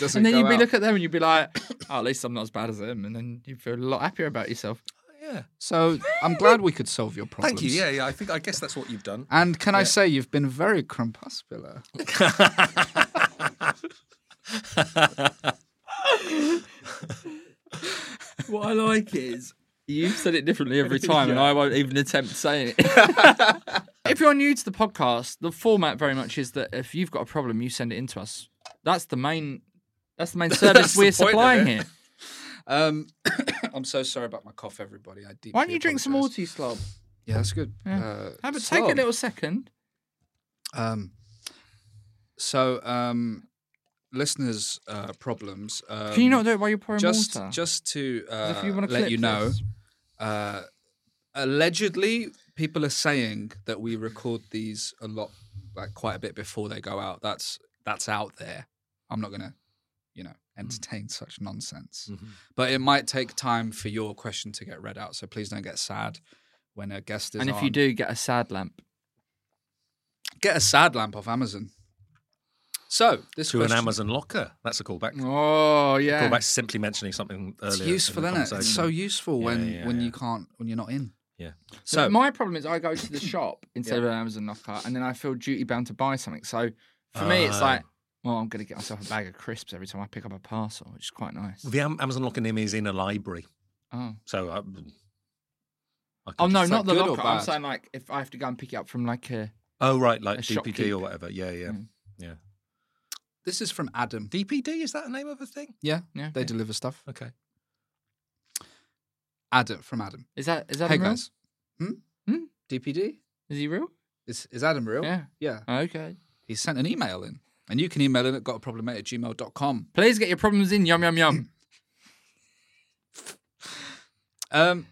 Doesn't and then go you'd be out. look at them and you'd be like, (coughs) oh, at least I'm not as bad as them. And then you'd feel a lot happier about yourself. yeah. So I'm glad we could solve your problem. Thank you. Yeah, yeah. I think I guess that's what you've done. And can I say you've been very crepuscular? What I like is (laughs) you've said it (laughs) differently every time, and I won't even attempt saying it. if you're new to the podcast, the format very much is that if you've got a problem, you send it in to us. That's the main. That's (laughs) the main service the we're point of supplying it. here. Um, I'm so sorry about my cough, everybody. I deeply Why don't you drink some apologise. water, you slob? Yeah, that's good. Uh, Have a, take slob. a little second. Um, so, um, listeners' uh, problems. Um, Can you not do it while you're pouring just, water? just to uh, 'Cause if you wanna let clip you know, this- uh, allegedly, people are saying that we record these a lot, like quite a bit before they go out. That's that's out there. I'm not gonna, you know, Hmm. entertain such nonsense. Mm-hmm. But it might take time for your question to get read out. So please don't get sad when a guest is and if on. you do get a sad lamp, get a sad lamp off Amazon. So this To an question, Amazon locker. That's a callback. oh yeah, Callback simply mentioning something earlier. It's in the useful, isn't it? It's so conversation. useful Yeah, when yeah, when yeah. you can't when you're not in. Yeah. So my problem is I go to the (coughs) shop instead of an Amazon knocker, and then I feel duty bound to buy something. So for me, it's Ah. Oh. like, well, I'm gonna get myself a bag of crisps every time I pick up a parcel, which is quite nice. The Am- Amazon locker near me is in a library, Oh, so uh, I. I could oh no, is just- that not the good or locker. I'm bad? saying like if I have to go and pick it up from like a Oh right, like a DPD or shopkeep. whatever. Yeah, Hmm. yeah, Mm. yeah. this is from Adam. DPD is that the name of a thing? Yeah, Yeah, They okay. deliver stuff. Okay. Adam from Adam. is that is that hey him real? guys. Hmm? Hmm? DPD? Is he real? Is is Adam real? Yeah. Yeah. Okay. He sent an email in. And you can email in at gotaproblem at gmail.com. Please get your problems in. Yum (coughs) yum yum. Um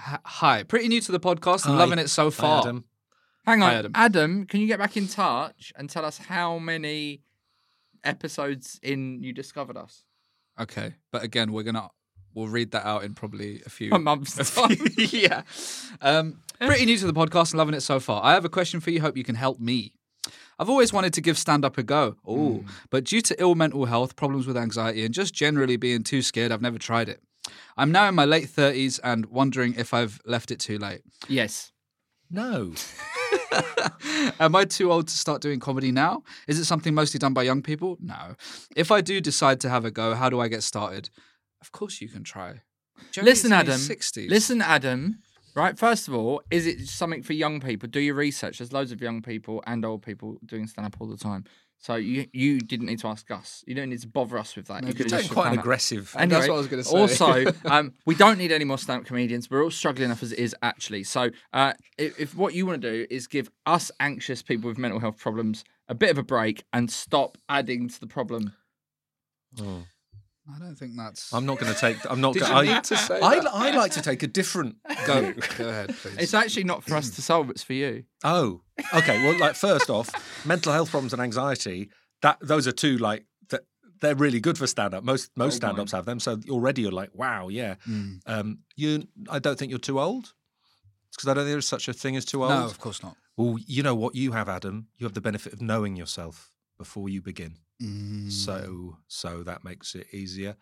h- hi. Pretty new to the podcast and Hi. loving it so Hi, far. Adam. Hang on, Hi, Adam. Adam. Can you get back in touch and tell us how many episodes in you (laughs) discovered us? Okay. But again, we're gonna we'll read that out in probably a few A (laughs) month's time. yeah. Um, pretty new to the podcast and loving it so far. I have a question for you. Hope you can help me. I've always wanted to give stand up a go. Ooh. But due to ill mental health, problems with anxiety, and just generally being too scared, I've never tried it. I'm now in my late 30s and wondering if I've left it too late. yes. No. Am I too old to start doing comedy now? Is it something mostly done by young people? No. If I do decide to have a go, how do I get started? Of course you can try. Jeremy's Listen, in his Adam. 60s. Listen, Adam. Right. First of all, is it something for young people? Do your research. There's loads of young people and old people doing stand up all the time. So you you didn't need to ask us. You don't need to bother us with that. Maybe you could don't just quite an plan that. aggressive. And That's what I was gonna say. Also, um, we don't need any more stand up comedians. We're all struggling enough as it is, actually. So, uh, if, if what you want to do is give us anxious people with mental health problems a bit of a break and stop adding to the problem. I don't think that's. I'm not going to take. I'm (laughs) not. Did you I, need to say I, that? I like to take a different Go, (laughs) go. go ahead, please. It's actually not for us to solve, it's for you. Oh, (laughs) okay. Well, like first off, mental health problems and anxiety. That those are two like that. they're really good for stand up. Most Oh, most Gold mine. stand ups have them. So already you're like, wow, yeah. Mm. Um, you, I don't think you're too old because I don't think there's such a thing as too old. No, of course not. Well, you know what you have, Adam. You have the benefit of knowing yourself before you begin. So so that makes it easier.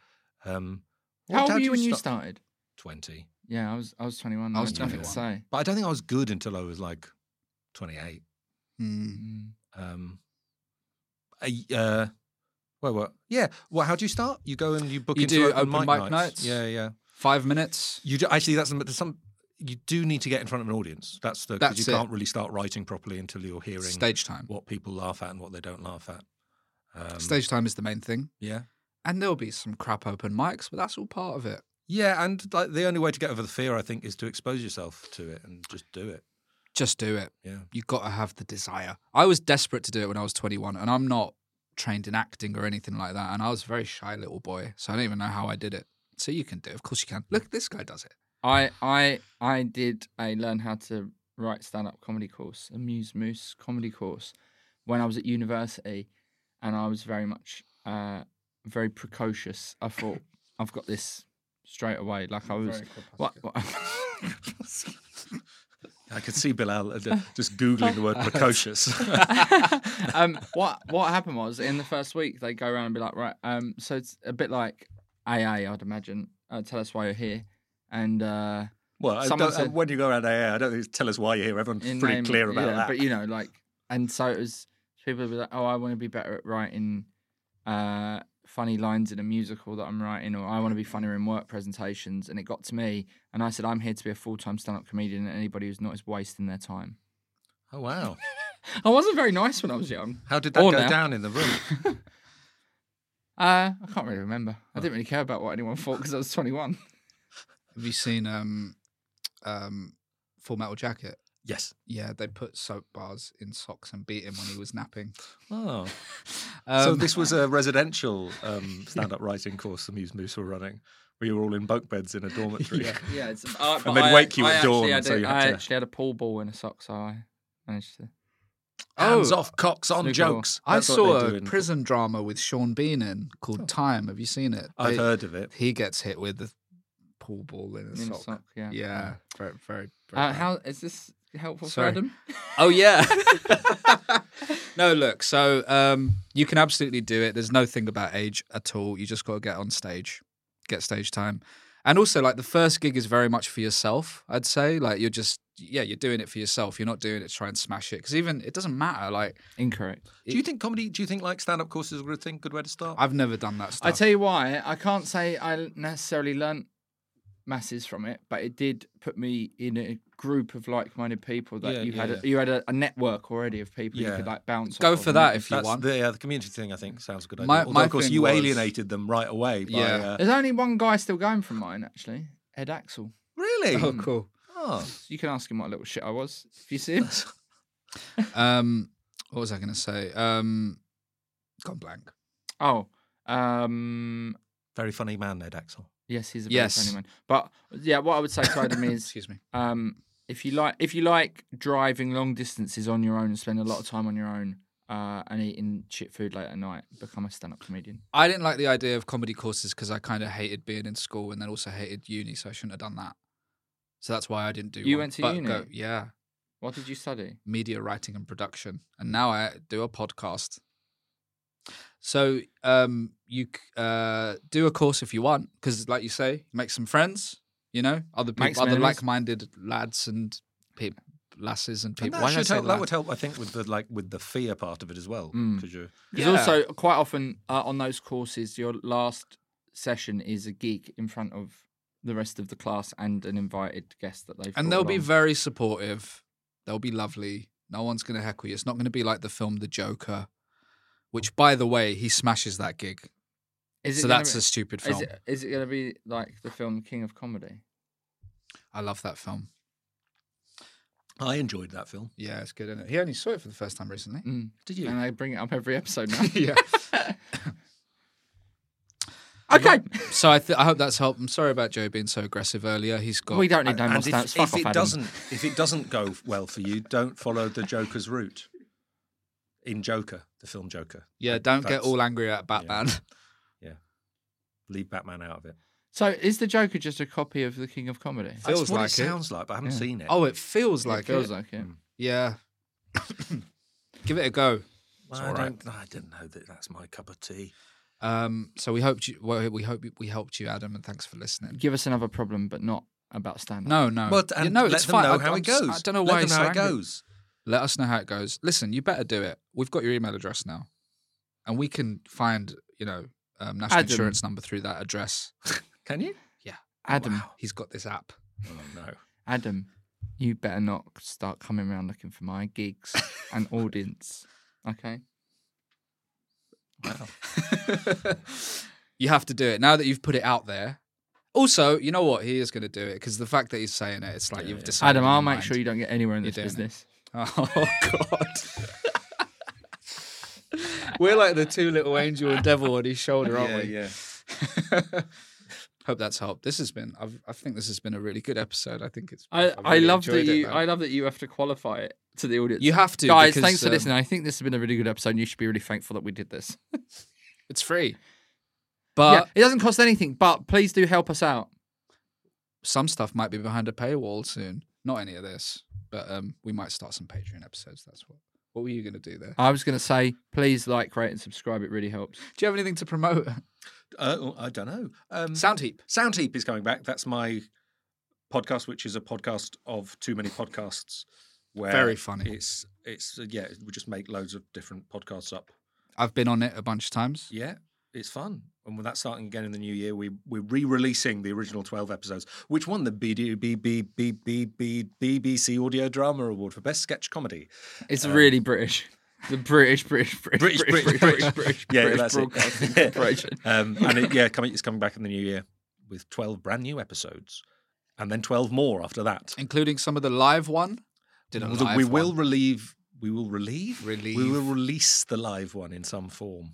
Um, what How old dad were you when you start- started? Twenty. Yeah, I was I was 21. I I was was nothing to say. But I don't think I was good until I was like twenty eight. Um, I, uh, well, what? Yeah. Well, how do you start? You go and you book You into do open open, mic, mic nights. nights. Yeah, yeah. Five minutes. You do, actually that's there's some. You do need to get in front of an audience. That's the because That's you it. can't really start writing properly until you're hearing Stage time. what people laugh at and what they don't laugh at. Um, Stage time is the main thing. Yeah. And there'll be some crap open mics, but that's all part of it. Yeah, and like the only way to get over the fear, I think, is to expose yourself to it and just do it. Just do it. Yeah. You've got to have the desire. I was desperate to do it when I was 21, and I'm not trained in acting or anything like that. And I was a very shy little boy, so I don't even know how I did it. So you can do it. Of course you can. Look, this guy does it. I I I did a learn how to write stand up comedy course, a Muse Moose comedy course, when I was at university, and I was very much uh, very precocious. I thought I've got this straight away. Like I was what, (laughs) what- I could see Bilal uh, just googling the word precocious. (laughs) um, what what happened was in the first week they go around and be like, right, um, so it's a bit like AA, I'd imagine. Uh, tell us why you're here, and uh, well, I Someone don't- said- when you go around AA, I don't think it's tell us why you're here. Everyone's in pretty name- clear about yeah, that. But you know, like, and so it was people would be like, "Oh, I want to be better at writing uh, funny lines in a musical that I'm writing, or I want to be funnier in work presentations." And it got to me, and I said, "I'm here to be a full-time stand-up comedian, and anybody who's not is wasting their time." oh wow! I wasn't very nice when I was young. How did that Or go now. down in the room? Uh, I can't really remember. I didn't really care about what anyone thought because I was 21. Have you seen um, um, Full Metal Jacket? yes. Yeah, they put soap bars in socks and beat him when he was napping. Oh, Um, so this was a residential um, stand-up writing course the Muse Moose were running, where you were all in bunk beds in a dormitory. (laughs) Yeah, (laughs) it's, uh, And they'd wake you at dawn, actually had so a- you had I to- actually had a pool ball in a sock, so I managed to. Hands Oh, off, cocks on snooker. jokes. I That's what saw they do a in- prison drama with Sean Bean in called Time. Have you seen it? (laughs) I've They- heard of it. He gets hit with a pool ball in a, In a sock. sock, yeah. Yeah. Very, very. very Uh, bad. how is this helpful Sorry. for Adam? Oh yeah. (laughs) no, look. So um, you can absolutely do it. There's no thing about age at all. You just got to get on stage, get stage time, and also like the first gig is very much for yourself. I'd say like you're just yeah you're doing it for yourself. You're not doing it to try and smash it because even it doesn't matter. Like Incorrect. Do you think comedy? Do you think like stand-up courses are a good thing? Good way to start. I've never done that stuff. I tell you why. I can't say I necessarily learnt masses from it, but it did put me in a group of like-minded people that Yeah, you, yeah, had a, yeah. you had a, a network already of people you Yeah. could like bounce. Go off of for and that you- if you That's want. The, yeah, the community thing, I think, sounds a good idea. My- Although, my of course, thing you was- alienated them right away. By, Yeah. Uh, There's only one guy still going from mine actually, Ed Axel. really? oh, cool. Oh. You can ask him what a little shit I was if you see him. Um, what was I going to say? Um, gone blank. oh, um, Very funny man, Ed Axel. yes, he's a very Yes. funny man. But yeah, what I would say to (coughs) Adam is Excuse me. um, if you like if you like driving long distances on your own and spending a lot of time on your own uh, and eating shit food late at night, become a stand-up comedian. I didn't like the idea of comedy courses because I kind of hated being in school and then also hated uni, so I shouldn't have done that. So that's why I didn't do. You one. went to But uni? yeah, What did you study? media writing and production, and now I do a podcast. So um, you c- uh, do a course if you want, because like you say, make some friends. You know, other Make people, some other enemies. like-minded lads and peop lasses and And people. that, Why did I should say help, lad? that would help, I think, with the like with the fear part of it as well. Mm. Because you're Because also quite often uh, on those courses, your last session is a gig in front of the rest of the class and an invited guest that they've and brought they'll be along. very supportive. They'll be lovely. No one's going to heckle you. It's not going to be like the film The Joker, which, by the way, he smashes that gig. Is so gonna that's be- a stupid Is film. it, is it going to be like the film King of Comedy? I love that film. I enjoyed that film. Yeah, it's good, isn't it? He only saw it for the first time recently. Mm. Did you? And I bring it up every episode now. (laughs) (laughs) yeah. okay. So I, th- I hope that's helped. I'm sorry about Joe being so aggressive earlier. He's got. We don't need no more and stats. if, Fuck if off, it Adam. doesn't, if it doesn't go well for you, don't follow the Joker's route. In Joker, the film Joker. Yeah, don't get That's- all angry at Batman. leave Batman out of it. So is the Joker just a copy of the King of Comedy? Feels That's what like it it. sounds like, but I haven't Yeah. seen it. Oh, it feels like it Hmm. feels it. like it. Yeah. (coughs) Give it a go. It's Well, I, all right. don't, I didn't know that. That's my cup of tea. Um, so we hoped you. Well, we hope we helped you, Adam, and thanks for listening. Give us another problem, but not about stand up. No, no, Well, Yeah, and no. let it's them fine. know I- how I'm it s- goes. I don't know let why them it's know how so it angry. goes. Let us know how it goes. Listen, you better do it. We've got your email address now, and we can find you know um, national Adam. insurance number through that address. Can you? Adam, He's got this app. (laughs) Oh no. Adam, you better not start coming around looking for my (laughs) gigs and audience. Okay. you have to do it now that you've put it out there. Also, you know what? He is going to do it because the fact that he's saying it, it's like you've decided. Adam, in your I'll make mind. sure you don't get anywhere in You're this doing it. business. (laughs) Oh God. (laughs) We're like the two little angel and devil on his shoulder, aren't we? yeah. (laughs) Hope that's helped. This has been. I've, I think this has been a really good episode. I think it's. I, I've I really love that enjoyed it, you man. I love that you have to qualify it to uh, the audience. You have to, guys. because, thanks for um, listening. I think this has been a really good episode. and You should be really thankful that we did this. It's free, but yeah, it doesn't cost anything, but please do help us out. some stuff might be behind a paywall soon. Not any of this, but um, we might start some Patreon episodes. That's what. What were you going to do there? I was going to say, please like, rate, and subscribe. It really helps. Do you have anything to promote? Uh, oh, I don't know. Um, Soundheap. Soundheap is coming back. That's my podcast, which is a podcast of too many podcasts. Where Very funny. It's it's uh, yeah. We just make loads of different podcasts up. I've been on it a bunch of times. Yeah, it's fun. And when that's starting again in the new year, we we're re-releasing the original twelve episodes, which won the BD, B, B, B, B, B, BBC Audio Drama Award for Best Sketch Comedy. It's really British. The British, British, British, Um, British, British, British, British, Yeah, British that's Broadcasting (laughs) it. Corporation. um, and it, yeah, coming, it's coming back in the new year with twelve brand new episodes, and then twelve more after that. including some of the live one. Did a Although live we will one. relieve. We will relieve. We Relieve. will release the live one in some form.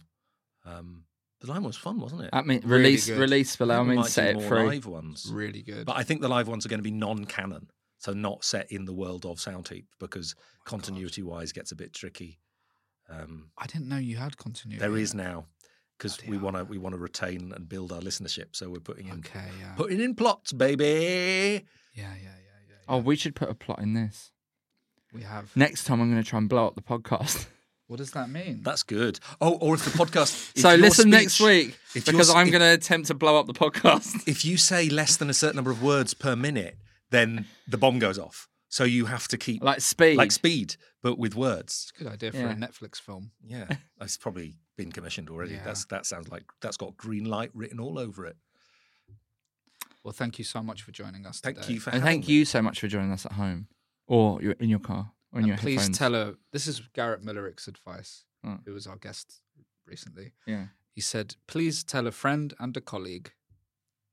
Um, the live one was fun, wasn't it? I mean, Really release, good. release below. I We mean, might do set it more free. Live ones. really good. But I think the live ones are going to be non-canon, so not set in the world of Soundheap Oh, because continuity-wise gets a bit tricky. Um, I didn't know you had continuity. There is now because we want to we want to retain and build our listenership, so we're putting in Okay, yeah. putting in plots, baby. yeah, yeah, yeah, yeah. Oh, we should put a plot in this. We have. Next time, I'm going to try and blow up the podcast. What does that mean? That's good. Oh, or if the (laughs) podcast. if so your listen speech- next week if your because s- I'm if- going to attempt to blow up the podcast. (laughs) If you say less than a certain number of words per minute, then the bomb goes off. So you have to keep Like speed. like speed, but with words. That's a good idea for Yeah. a Netflix film. (laughs) Yeah, it's probably been commissioned already. Yeah. That's that sounds like that's got green light written all over it. Well, thank you so much for joining us Thank today. you for And having thank you so much for joining us at home or you in your car or in And your please headphones. tell her this is Garrett Millerick's advice, Mm. who was our guest recently. Yeah. He said, "Please tell a friend and a colleague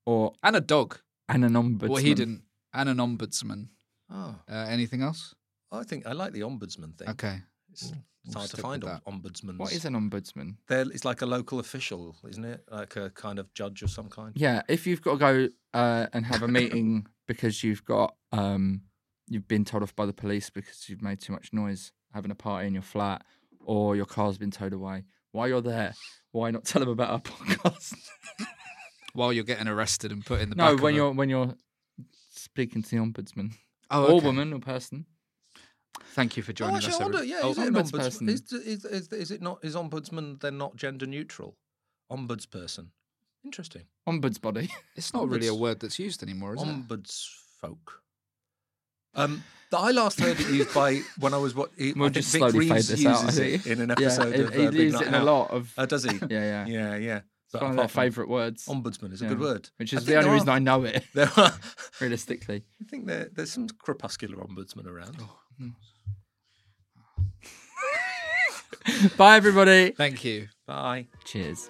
Or and a dog." an ombudsman. Well, he didn't. And an ombudsman. Me. Oh, Uh, anything else? I think I like the ombudsman thing. Okay. It's, it's we'll hard to stick find with om- ombudsmans. What is an ombudsman? They're, it's like a local official, isn't it? Like a kind of judge of some kind. Yeah, if you've got to go uh, and have a meeting (laughs) because you've got um, you've been told off by the police because you've made too much noise having a party in your flat or your car's been towed away, while you're there, why not tell them about our (laughs) podcast? While you're getting arrested and put in the no, back when of a- you're when you're speaking to the ombudsman oh, or okay. woman or person. Thank you for Oh, joining actually, us. I wonder, everybody. yeah, Oh, is it an ombudsperson. ombudsman? Is, is, is, is it not? Is ombudsman then not gender neutral? Ombudsperson. Interesting. (laughs) Ombudsbody. It's not really a Ombuds- word that's used anymore, is it? ombudsfolk. Um, that I last heard it (laughs) used by when I was what it, We'll I think just Vic slowly fade Reeves this out, I uses it think. in an (laughs) (laughs) Yeah, episode he- of he uh, Big leaves Night it in a Out. lot of- Oh, does he? (laughs) yeah, yeah. yeah, yeah. It's one of their apart from- favourite words. Ombudsman is a Yeah. good word, Which I is think the only there reason are- I (laughs) know it, (laughs) There are, realistically. I think there, there's some crepuscular ombudsman around. Oh. Bye, everybody. Thank you. Bye. Cheers.